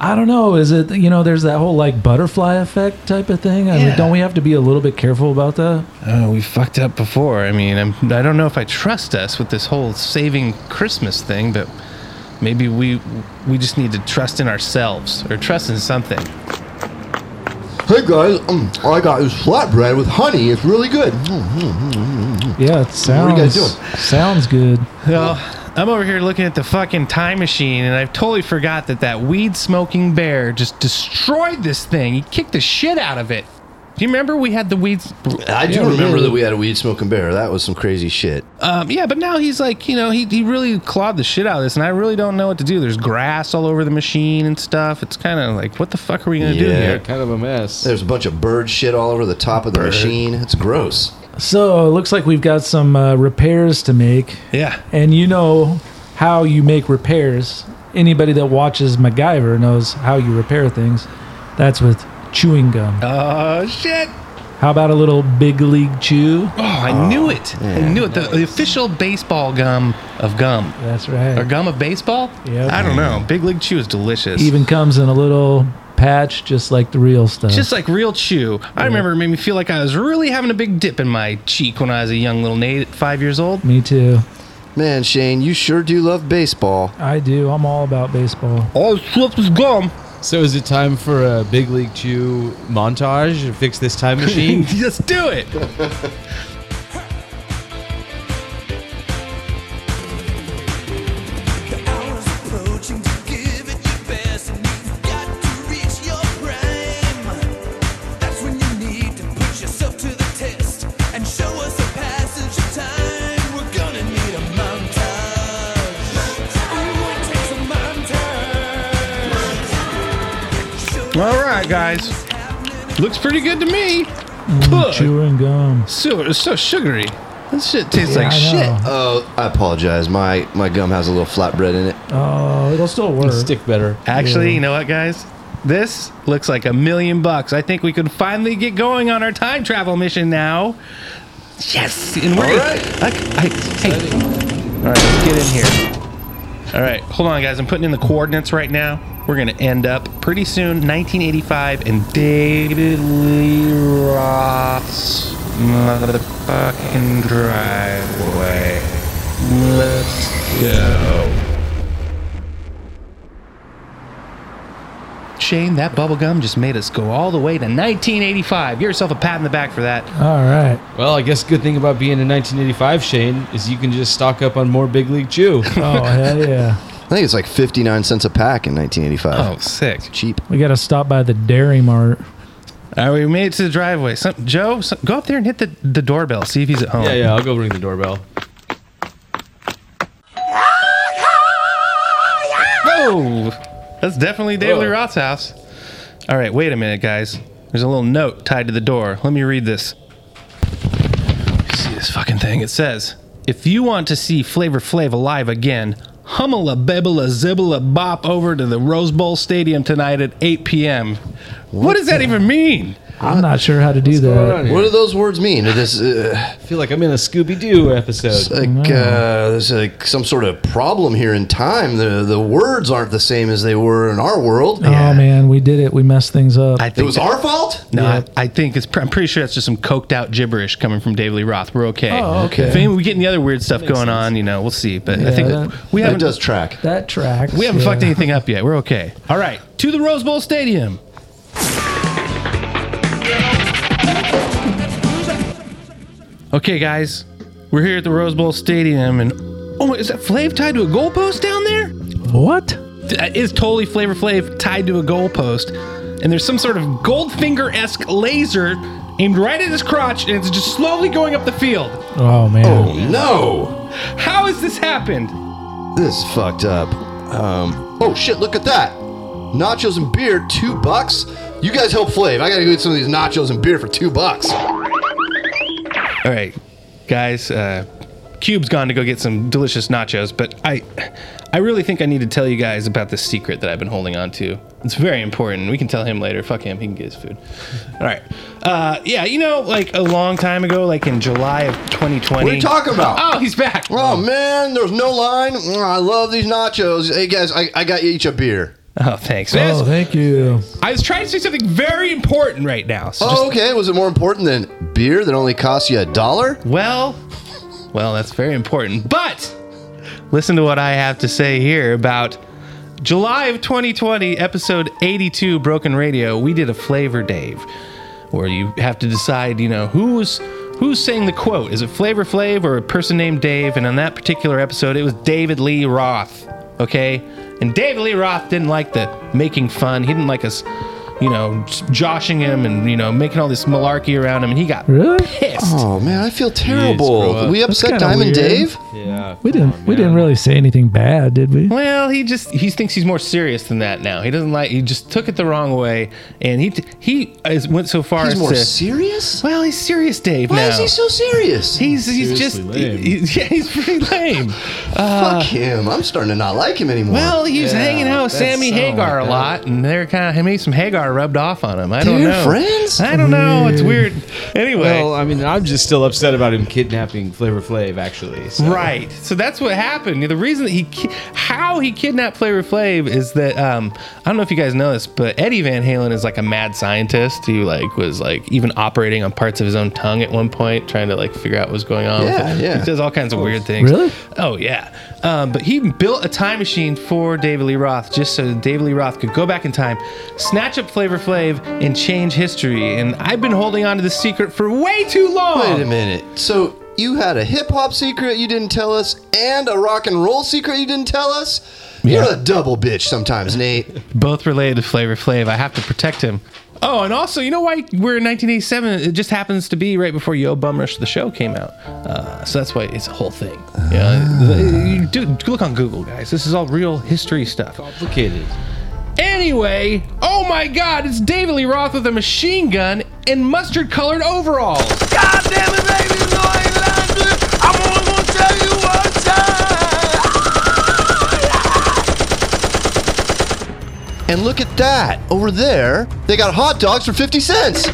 [SPEAKER 14] I don't know. Is it you know? There's that whole like butterfly effect type of thing. I mean, don't we have to be a little bit careful about that?
[SPEAKER 3] Oh, we fucked up before. I mean, I'm, I don't know if I trust us with this whole saving Christmas thing, but maybe we we just need to trust in ourselves or trust in something.
[SPEAKER 5] Hey guys, um, I got this flatbread with honey. It's really good.
[SPEAKER 14] Yeah, it sounds.
[SPEAKER 5] What are you guys doing?
[SPEAKER 14] Sounds good.
[SPEAKER 3] Well, I'm over here looking at the fucking time machine, and I've totally forgot that that weed smoking bear just destroyed this thing. He kicked the shit out of it. Do you remember we had the weeds?
[SPEAKER 5] I do remember that we had a weed smoking bear. That was some crazy shit.
[SPEAKER 3] Um, yeah, but now he's like, you know, he, he really clawed the shit out of this, and I really don't know what to do. There's grass all over the machine and stuff. It's kind of like, what the fuck are we gonna do here?
[SPEAKER 5] kind of a mess. There's a bunch of bird shit all over the top of the machine. It's gross.
[SPEAKER 14] So it looks like we've got some uh, repairs to make.
[SPEAKER 3] Yeah.
[SPEAKER 14] And you know how you make repairs. Anybody that watches MacGyver knows how you repair things. That's with chewing gum.
[SPEAKER 3] Oh shit!
[SPEAKER 14] How about a little big league chew? Oh,
[SPEAKER 3] I knew it. I knew it. The, the official baseball gum of gum.
[SPEAKER 14] That's right.
[SPEAKER 3] Or gum of baseball?
[SPEAKER 14] Yep.
[SPEAKER 3] I don't know. Big League Chew is delicious.
[SPEAKER 14] Even uh, comes in a little patch, just like the real stuff.
[SPEAKER 3] Just like real chew. I remember it made me feel like I was really having a big dip in my cheek when I was a young little Nate at five years old.
[SPEAKER 14] Me too.
[SPEAKER 5] Man, Shane, you sure do love baseball.
[SPEAKER 14] I do. I'm all about baseball.
[SPEAKER 3] Oh, slip is gum.
[SPEAKER 4] So is it time for a big league chew montage to fix this time machine?
[SPEAKER 3] Let's do it.
[SPEAKER 6] approaching to give it your best, and you've got to reach your prime. That's when you need to put yourself to the test and show us the passage of time. We're gonna need a montage. Ooh, it takes a montage.
[SPEAKER 3] All right, guys. Looks pretty good to me.
[SPEAKER 14] Mm,
[SPEAKER 3] Look,
[SPEAKER 14] chewing gum.
[SPEAKER 3] so, it's so sugary. This shit tastes
[SPEAKER 5] Yeah,
[SPEAKER 3] like
[SPEAKER 5] I
[SPEAKER 3] shit.
[SPEAKER 5] know. Oh, I apologize. My my gum has a little flatbread in it.
[SPEAKER 14] Oh, it'll still work.
[SPEAKER 4] Stick better.
[SPEAKER 3] Actually,
[SPEAKER 5] Yeah.
[SPEAKER 3] you know what, guys? This looks like a million bucks. I think we can finally get going on our time travel mission now. Yes, and we're
[SPEAKER 6] All
[SPEAKER 3] gonna- I- I- hey. All right, let's get in here. All right, hold on, guys. I'm putting in the coordinates right now. We're gonna end up pretty soon, 1985, and David Lee Roth's motherfucking driveway. Let's go. Shane, that bubblegum just made us go all the way to 1985. Give yourself a pat in the back for that.
[SPEAKER 14] All right.
[SPEAKER 4] Well, I guess good thing about being in 1985, Shane, is you can just stock up on more Big League Chew.
[SPEAKER 14] Oh hell yeah!
[SPEAKER 5] I think it's like 59 cents a pack in 1985.
[SPEAKER 3] Oh, sick.
[SPEAKER 5] cheap.
[SPEAKER 14] We got to stop by the Dairy Mart.
[SPEAKER 3] All right, Uh, we made it to the driveway. Some, Joe, some, go up there and hit the, the doorbell. See if he's at home.
[SPEAKER 4] Yeah, yeah, I'll go ring the doorbell.
[SPEAKER 3] Whoa! That's definitely David Lee Roth's house. All right, wait a minute, guys. There's a little note tied to the door. Let me read this. See this fucking thing? It says, "If you want to see Flavor Flav alive again, hummel a bebble a zibble a bop over to the Rose Bowl Stadium tonight at 8 p.m." what does that even mean?
[SPEAKER 14] I'm not sure how to do that.
[SPEAKER 5] What do those words mean? It is. Uh, I
[SPEAKER 4] feel like I'm in a Scooby Doo episode.
[SPEAKER 5] like uh, there's like some sort of problem here in time. The the words aren't the same as they were in our world.
[SPEAKER 14] Oh man, we did it. We messed things up.
[SPEAKER 3] I think
[SPEAKER 5] was our fault?
[SPEAKER 3] No, I, I think it's. pr- I'm pretty sure that's just some coked out gibberish coming from David Lee Roth. We're okay.
[SPEAKER 14] Oh, okay.
[SPEAKER 3] If any, we get any other weird stuff
[SPEAKER 14] Makes
[SPEAKER 3] going on, you know, we'll see. But I
[SPEAKER 14] Yeah,
[SPEAKER 3] think
[SPEAKER 14] that-
[SPEAKER 3] we
[SPEAKER 14] that
[SPEAKER 3] haven't
[SPEAKER 14] does
[SPEAKER 5] track.
[SPEAKER 14] That tracks.
[SPEAKER 3] We haven't
[SPEAKER 14] yeah.
[SPEAKER 3] fucked anything up yet. We're okay. All right, to the Rose Bowl Stadium. Okay, guys, we're here at the Rose Bowl Stadium, and oh my, is that Flav tied to a goalpost down there?
[SPEAKER 14] What?
[SPEAKER 3] That is totally Flavor Flav tied to a goalpost, and there's some sort of Goldfinger-esque laser aimed right at his crotch, and it's just slowly going up the field.
[SPEAKER 14] Oh man.
[SPEAKER 5] Oh no!
[SPEAKER 3] How has this happened?
[SPEAKER 5] This is fucked up. Um, oh shit! Look at that. Nachos and beer, two bucks. You guys help Flav. I gotta go get some of these nachos and beer for two bucks.
[SPEAKER 3] All right, guys. Uh, Cube's gone to go get some delicious nachos, but I, I really think I need to tell you guys about this secret that I've been holding on to. It's very important. We can tell him later. Fuck him. He can get his food. All right. Uh, yeah, you know, like a long time ago, like in July of 2020.
[SPEAKER 5] What are you talking about?
[SPEAKER 3] Oh, he's back.
[SPEAKER 5] Oh man, there's no line. Mm, I love these nachos. Hey guys, I, I got you each a beer.
[SPEAKER 3] Oh, thanks.
[SPEAKER 14] Oh, thank you.
[SPEAKER 3] I was trying to say something very important right now. So just-
[SPEAKER 5] oh, okay. Was it more important than beer that only costs you a dollar?
[SPEAKER 3] Well, well, that's very important. But listen to what I have to say here about July of 2020, episode 82, Broken Radio. We did a flavor Dave, where you have to decide, you know, who's who's saying the quote. Is it Flavor Flav or a person named Dave? And on that particular episode, it was David Lee Roth. Okay, and David Lee Roth didn't like the making fun. He didn't like us. You know, joshing him and you know making all this malarkey around him, and he got
[SPEAKER 14] Really?
[SPEAKER 3] pissed.
[SPEAKER 5] Oh man, I feel
[SPEAKER 3] grow
[SPEAKER 5] terrible.
[SPEAKER 3] up.
[SPEAKER 5] We
[SPEAKER 3] That's
[SPEAKER 5] upset
[SPEAKER 3] kinda weird.
[SPEAKER 5] Diamond Dave.
[SPEAKER 4] Yeah.
[SPEAKER 14] We didn't. we didn't really say anything bad, did we?
[SPEAKER 3] Well, he just he thinks he's more serious than that now. He doesn't like he just took it the wrong way, and he t- he is, went so far
[SPEAKER 5] He's
[SPEAKER 3] as
[SPEAKER 5] more
[SPEAKER 3] to
[SPEAKER 5] serious.
[SPEAKER 3] Well, he's serious, Dave.
[SPEAKER 5] Why
[SPEAKER 3] now.
[SPEAKER 5] is he so serious?
[SPEAKER 3] He's he's just
[SPEAKER 5] Seriously lame.
[SPEAKER 3] he- he- yeah he's pretty lame. Uh,
[SPEAKER 5] Fuck him. I'm starting to not like him anymore.
[SPEAKER 3] Well, he was hanging out with Sammy Hagar a lot, and they're kind of maybe some Hagar rubbed off on him. I don't
[SPEAKER 5] They're
[SPEAKER 3] know.
[SPEAKER 5] friends?
[SPEAKER 3] I don't know. It's weird. Anyway.
[SPEAKER 4] Well, I mean, I'm just still upset about him kidnapping Flavor Flav, actually. so-
[SPEAKER 3] Right. So that's what happened. The reason that he, ki- how he kidnapped Flavor Flav is that um, I don't know if you guys know this, but Eddie Van Halen is like a mad scientist who like was like even operating on parts of his own tongue at one point, trying to like figure out what was going on. with
[SPEAKER 5] Yeah,
[SPEAKER 3] it.
[SPEAKER 5] yeah.
[SPEAKER 3] He does all kinds of weird things.
[SPEAKER 5] Really?
[SPEAKER 3] Oh yeah. Um, but he built a time machine for David Lee Roth just so that David Lee Roth could go back in time, snatch up Flavor Flav, and change history. And I've been holding on to the secret for way too long.
[SPEAKER 5] Wait a minute. So you had a hip hop secret you didn't tell us, and a rock and roll secret you didn't tell us. You're a double bitch sometimes, Nate.
[SPEAKER 3] Both related to Flavor Flav. I have to protect him. Oh, and also, you know why we're in 1987? It just happens to be right before Yo Bum Rush the show came out. Uh, so that's why it's a whole thing. Yeah, you do look on Google, guys. This is all real history stuff.
[SPEAKER 4] Complicated.
[SPEAKER 3] Anyway, oh my God, it's David Lee Roth with a machine gun and mustard-colored overalls.
[SPEAKER 6] God damn it, baby, you know I ain't lying to you.
[SPEAKER 5] And look at that. Over there, they got hot dogs for 50 cents.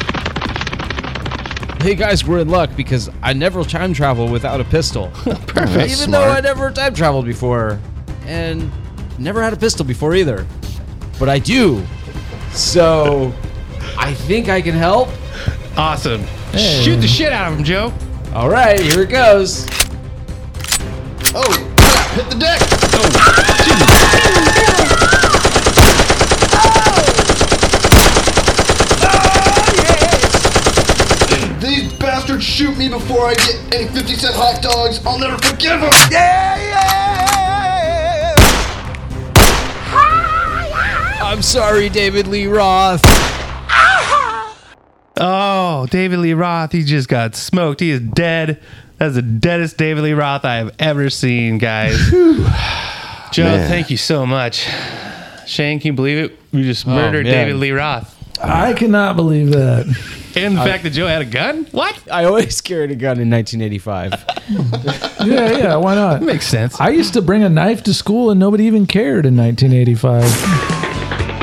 [SPEAKER 4] Hey guys, we're in luck because I never time travel without a pistol. Even
[SPEAKER 5] That's
[SPEAKER 4] though
[SPEAKER 5] smart.
[SPEAKER 4] I never time traveled before and never had a pistol before either. But I do. So I think I can help.
[SPEAKER 3] Awesome. Shoot the shit out of him, Joe.
[SPEAKER 4] All right, here it goes.
[SPEAKER 5] Oh, hit the deck. Oh, These bastards shoot me before I get any 50 cent hot dogs. I'll never forgive them. Yeah,
[SPEAKER 4] I'm sorry, David Lee Roth.
[SPEAKER 3] Oh, David Lee Roth, he just got smoked. He is dead. That's the deadest David Lee Roth I have ever seen, guys. Joe,
[SPEAKER 14] Man.
[SPEAKER 3] thank you so much. Shane, can you believe it? We just
[SPEAKER 14] Oh,
[SPEAKER 3] murdered
[SPEAKER 14] man.
[SPEAKER 3] David Lee Roth.
[SPEAKER 14] I cannot believe that.
[SPEAKER 3] And the
[SPEAKER 4] I-
[SPEAKER 3] fact that Joe had a gun? What?
[SPEAKER 4] Uh, I always carried a gun in 1985.
[SPEAKER 14] Yeah, yeah. Why not?
[SPEAKER 3] Makes sense.
[SPEAKER 14] I used to bring a knife to school and nobody even cared in 1985.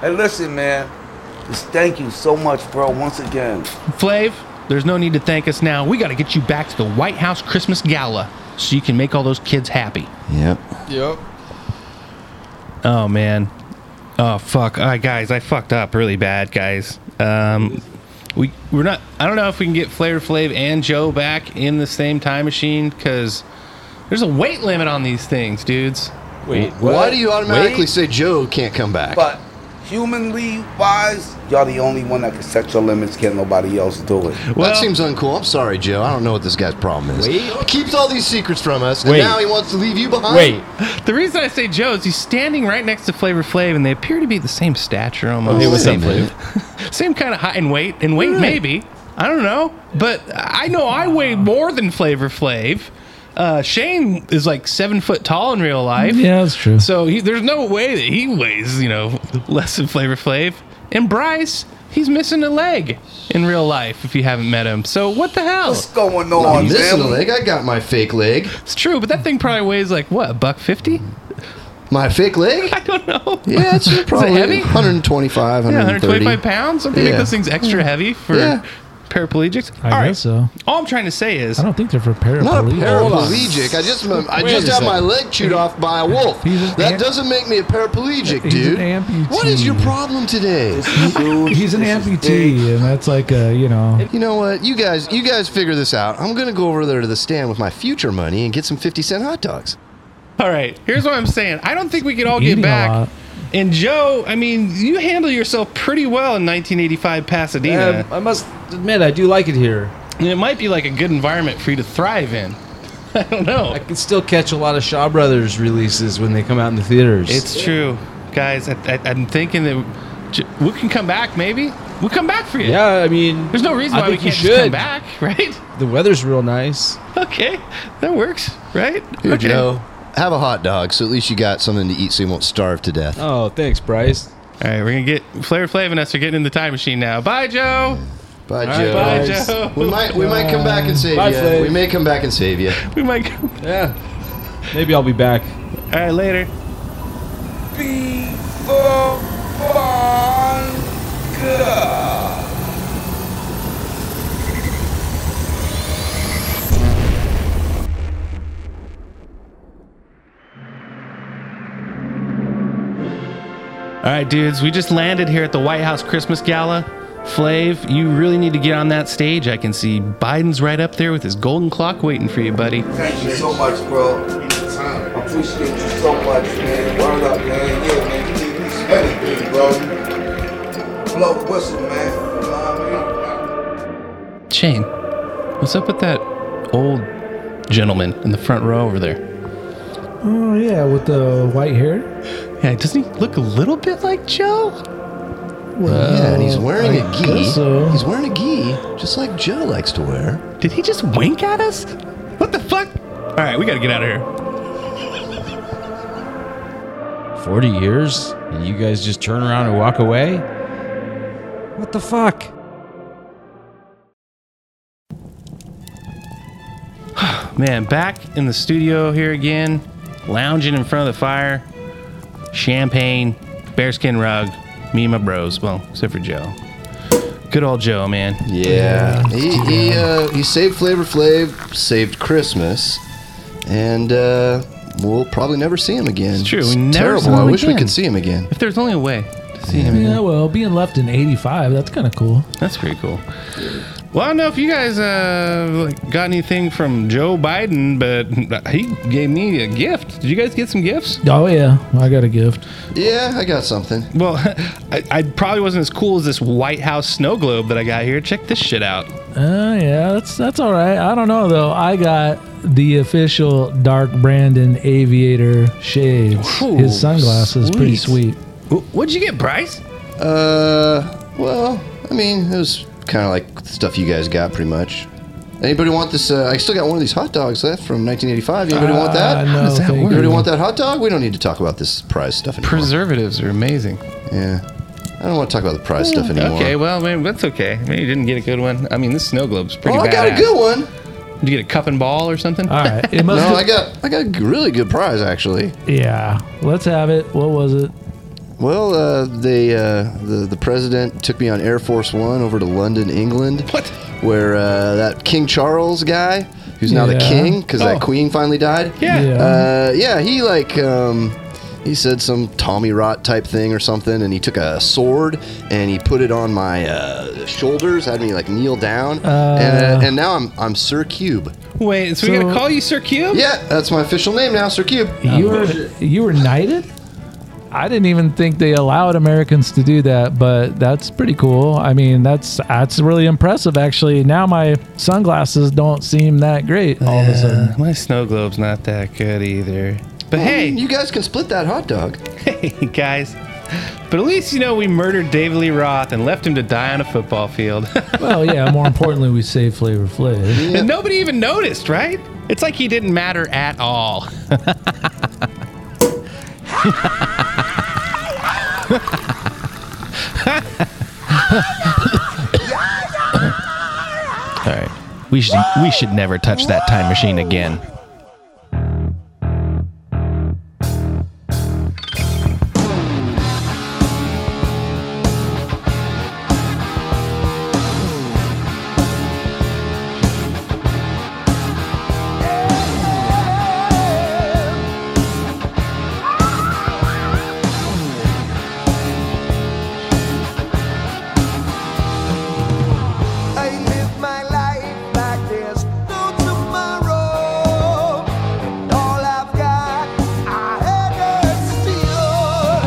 [SPEAKER 2] Hey, listen, man. Just thank you so much, bro, once again.
[SPEAKER 3] Flav, there's no need to thank us now. We got to get you back to the White House Christmas Gala so you can make all those kids happy.
[SPEAKER 5] Yep.
[SPEAKER 2] Yep.
[SPEAKER 3] Oh man. Oh fuck. All right, guys, I fucked up really bad, guys. Um we we're not I don't know if we can get Flavor Flav and Joe back in the same time machine cuz there's a weight limit on these things, dudes.
[SPEAKER 5] Why do you automatically say Joe can't come back?
[SPEAKER 2] But humanly wise, y'all the only one that can set your limits. Can't nobody else do it.
[SPEAKER 5] that seems uncool. I'm sorry, Joe. I don't know what this guy's problem is.
[SPEAKER 2] Wait.
[SPEAKER 5] Keeps all these secrets from us,
[SPEAKER 3] Wait.
[SPEAKER 5] and now he wants to leave you behind.
[SPEAKER 3] The reason I say Joe is he's standing right next to Flavor Flav and they appear to be the same stature almost.
[SPEAKER 4] Hey, what's up,
[SPEAKER 3] same, same kind of height and weight. And weight
[SPEAKER 4] Right.
[SPEAKER 3] maybe. I don't know. But I know I weigh more than Flavor Flav. Uh, Shane is like seven foot tall in real life.
[SPEAKER 14] Yeah, that's true.
[SPEAKER 3] So he, there's no way that he weighs, you know, less than Flavor Flav. And Bryce, he's missing a leg in real life if you haven't met him. So what the hell? What's
[SPEAKER 2] going
[SPEAKER 5] I'm missing a leg. I got my fake leg.
[SPEAKER 3] It's true, but that thing probably weighs like what, a buck fifty?
[SPEAKER 5] My fake leg?
[SPEAKER 3] I don't know.
[SPEAKER 5] Yeah, it's
[SPEAKER 3] Is it
[SPEAKER 5] probably
[SPEAKER 3] heavy?
[SPEAKER 5] 125,
[SPEAKER 3] Yeah,
[SPEAKER 5] 130.
[SPEAKER 3] 125 pounds. Don't they
[SPEAKER 5] Yeah.
[SPEAKER 3] make those things extra heavy for
[SPEAKER 5] Yeah.
[SPEAKER 3] paraplegics?
[SPEAKER 14] I
[SPEAKER 3] All right.
[SPEAKER 14] guess so.
[SPEAKER 3] All I'm trying to say is
[SPEAKER 14] I don't think they're for paraplegics.
[SPEAKER 5] Not a paraplegic. I just I
[SPEAKER 14] Wait
[SPEAKER 5] just
[SPEAKER 14] a
[SPEAKER 5] had
[SPEAKER 14] second.
[SPEAKER 5] my leg chewed off by a wolf. That doesn't make me a paraplegic,
[SPEAKER 14] He's
[SPEAKER 5] dude.
[SPEAKER 14] an amputee.
[SPEAKER 5] What is your problem today?
[SPEAKER 14] He's an amputee, and that's like a you know.
[SPEAKER 5] You know what? You guys, you guys figure this out. I'm gonna go over there to the stand with my future money and get some 50 cent hot dogs.
[SPEAKER 3] All right. Here's what I'm saying. I don't think we could all
[SPEAKER 5] Eating
[SPEAKER 3] get
[SPEAKER 5] a
[SPEAKER 3] back.
[SPEAKER 5] lot.
[SPEAKER 3] And Joe, I mean, you handle yourself pretty well in 1985 Pasadena.
[SPEAKER 4] Um, I must admit, I do like it here.
[SPEAKER 3] And it might be like a good environment for you to thrive in. I don't know.
[SPEAKER 4] I can still catch a lot of Shaw Brothers releases when they come out in the theaters.
[SPEAKER 3] It's true, guys. I, I, I'm thinking that j- we can come back. Maybe we'll come back for you.
[SPEAKER 4] Yeah, I mean,
[SPEAKER 3] There's no reason
[SPEAKER 4] I
[SPEAKER 3] why we
[SPEAKER 4] think you
[SPEAKER 3] can't just come
[SPEAKER 4] should.
[SPEAKER 3] back, right?
[SPEAKER 4] The weather's real nice.
[SPEAKER 3] Okay, that works, right?
[SPEAKER 5] Here,
[SPEAKER 3] okay.
[SPEAKER 5] Joe, have a hot dog, so at least you got something to eat, so you won't starve to death.
[SPEAKER 4] Oh, thanks, Bryce.
[SPEAKER 3] All right, we're gonna get Flair Flav and us are getting in the time machine now. Bye, Joe.
[SPEAKER 5] Bye,
[SPEAKER 3] All right,
[SPEAKER 5] Joe.
[SPEAKER 3] bye, Joe.
[SPEAKER 5] We might, we might come back and save
[SPEAKER 3] Bye,
[SPEAKER 5] you.
[SPEAKER 3] Flav.
[SPEAKER 5] We may come back and save you.
[SPEAKER 3] We might.
[SPEAKER 4] Yeah. Maybe I'll be back.
[SPEAKER 3] All right, later. All right, dudes, we just landed here at the White House Christmas Gala. Flav, you really need to get on that stage. I can see Biden's right up there with his golden clock waiting for you, buddy.
[SPEAKER 2] Thank you so much, bro. Appreciate you so much, man. Word up, man. Yeah, man. You did this everything, bro. Blow the whistle, man. You know what I mean?
[SPEAKER 3] Shane, what's up with that old gentleman in the front row over there?
[SPEAKER 14] Oh yeah, with the white hair.
[SPEAKER 3] Yeah, doesn't he look a little bit like Joe?
[SPEAKER 14] Well,
[SPEAKER 5] yeah, and he's wearing a
[SPEAKER 14] I
[SPEAKER 5] gi.
[SPEAKER 14] guess so.
[SPEAKER 5] He's wearing a gi, just like Joe likes to wear.
[SPEAKER 3] Did he just wink at us? What the fuck? All right, we gotta get out of here.
[SPEAKER 4] 40 years? And you guys just turn around and walk away? What the fuck?
[SPEAKER 3] Man, back in the studio here again, lounging in front of the fire, champagne, bearskin rug, me and my bros. Well, except for Joe. Good old Joe, man.
[SPEAKER 5] Yeah, he he, uh, he saved Flavor Flav, saved Christmas, and uh, we'll probably never see him again. It's
[SPEAKER 3] true, we
[SPEAKER 5] It's
[SPEAKER 3] never
[SPEAKER 5] terrible.
[SPEAKER 3] saw him
[SPEAKER 5] I wish we
[SPEAKER 3] again.
[SPEAKER 5] could see him again.
[SPEAKER 3] If there's only a way to see him.
[SPEAKER 14] Yeah, well, being left in '85, that's kind of cool.
[SPEAKER 3] That's pretty cool. Well, I don't know if you guys uh, like, got anything from Joe Biden, but he gave me a gift. Did you guys get some gifts?
[SPEAKER 14] Oh yeah, I got a gift.
[SPEAKER 5] Yeah, I got something.
[SPEAKER 3] Well, I, I probably wasn't as cool as this White House snow globe that I got here. Check this shit out.
[SPEAKER 14] Oh yeah, that's that's all right. I don't know though. I got the official Dark Brandon Aviator shades.
[SPEAKER 3] Ooh,
[SPEAKER 14] His sunglasses, pretty
[SPEAKER 3] sweet.
[SPEAKER 14] sweet.
[SPEAKER 3] What'd you get, Bryce?
[SPEAKER 5] Uh, well, I mean, it was kind of like the stuff you guys got, pretty much. Anybody want this? Uh, I still got one of these hot dogs left from 1985. Anybody want
[SPEAKER 3] Ah,
[SPEAKER 5] that?
[SPEAKER 14] Uh, no, How does that thank work?
[SPEAKER 5] Anybody
[SPEAKER 14] you.
[SPEAKER 5] want that hot dog? We don't need to talk about this prize stuff anymore.
[SPEAKER 3] Preservatives are amazing.
[SPEAKER 5] Yeah, I don't want to talk about the prize stuff anymore.
[SPEAKER 3] Okay, well, maybe that's okay. Maybe you didn't get a good one. I mean, this snow globe's pretty
[SPEAKER 5] Oh, I got a
[SPEAKER 3] badass.
[SPEAKER 5] good one.
[SPEAKER 3] Did you get a cup and ball or something?
[SPEAKER 14] All right, it must
[SPEAKER 5] no,
[SPEAKER 14] have-
[SPEAKER 5] I got I got a g- really good prize actually.
[SPEAKER 14] Yeah, let's have it. What was it?
[SPEAKER 5] Well, uh, they, uh, the the president took me on Air Force One over to London, England.
[SPEAKER 3] What?
[SPEAKER 5] Where uh, that King Charles guy, who's now the
[SPEAKER 13] Yeah.
[SPEAKER 5] king, because
[SPEAKER 13] Oh.
[SPEAKER 5] that queen finally died.
[SPEAKER 13] Yeah. Yeah.
[SPEAKER 5] Uh, yeah. He like um, he said some Tommy Rot type thing or something, and he took a sword and he put it on my uh, shoulders, had me like kneel down, and, uh, and now I'm I'm Sir Cube.
[SPEAKER 3] Wait, so, we
[SPEAKER 5] So-
[SPEAKER 3] gonna call you Sir Cube?
[SPEAKER 5] Yeah, that's my official name now, Sir Cube.
[SPEAKER 14] you were you were knighted. I didn't even think they allowed Americans to do that, but that's pretty cool. I mean, that's that's really impressive actually. Now my sunglasses don't seem that great all of a sudden.
[SPEAKER 3] My snow globe's not that good either. But
[SPEAKER 5] Well,
[SPEAKER 3] hey,
[SPEAKER 5] you guys can split that hot dog.
[SPEAKER 3] Hey, guys. But at least you know we murdered David Lee Roth and left him to die on a football field.
[SPEAKER 14] Well, yeah, more importantly, we save Flavor Flav.
[SPEAKER 3] And nobody even noticed, right? It's like he didn't matter at all. all right. We should we should never touch that time machine again.
[SPEAKER 6] I live my life like there's no tomorrow. And all I've got, I had to steal.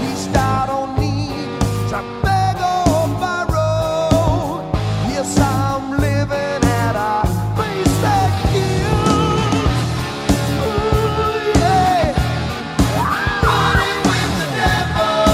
[SPEAKER 6] He start on me, try beg or borrow. Yes, I'm living at a pace that kills. Ooh, yeah. Running with the devil.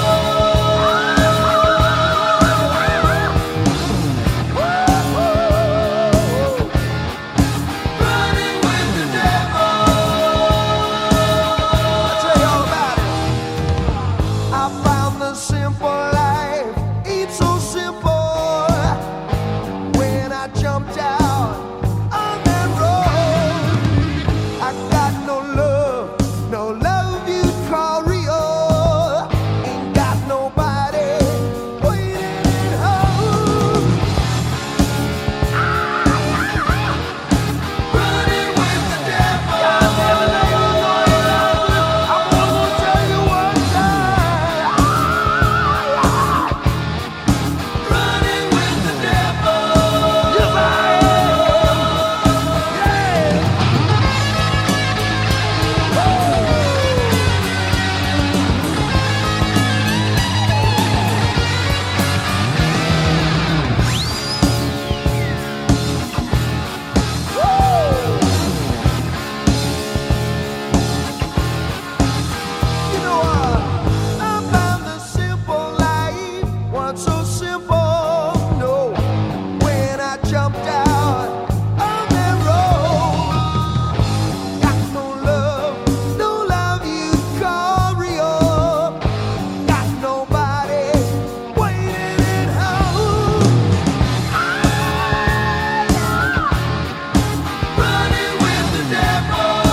[SPEAKER 21] I found the simple life, it's so simple. When I jumped out on that road, I got no love, no love you call real. Ain't got nobody waiting at home. Running with the devil. I wanna tell you one time. Running with the devil. Yes, I am. You know what? I found the simple life was so simple. No, when I jumped out on that road, got no love, no love you call real. Got nobody waiting at home. Running with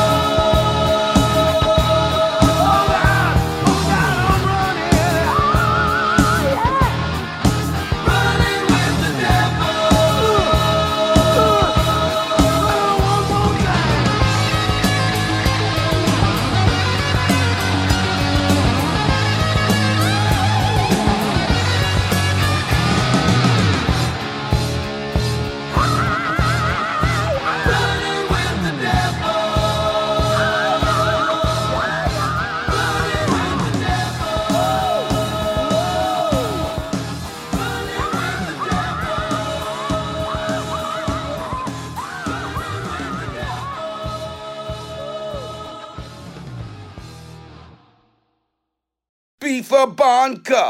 [SPEAKER 9] Casablanca.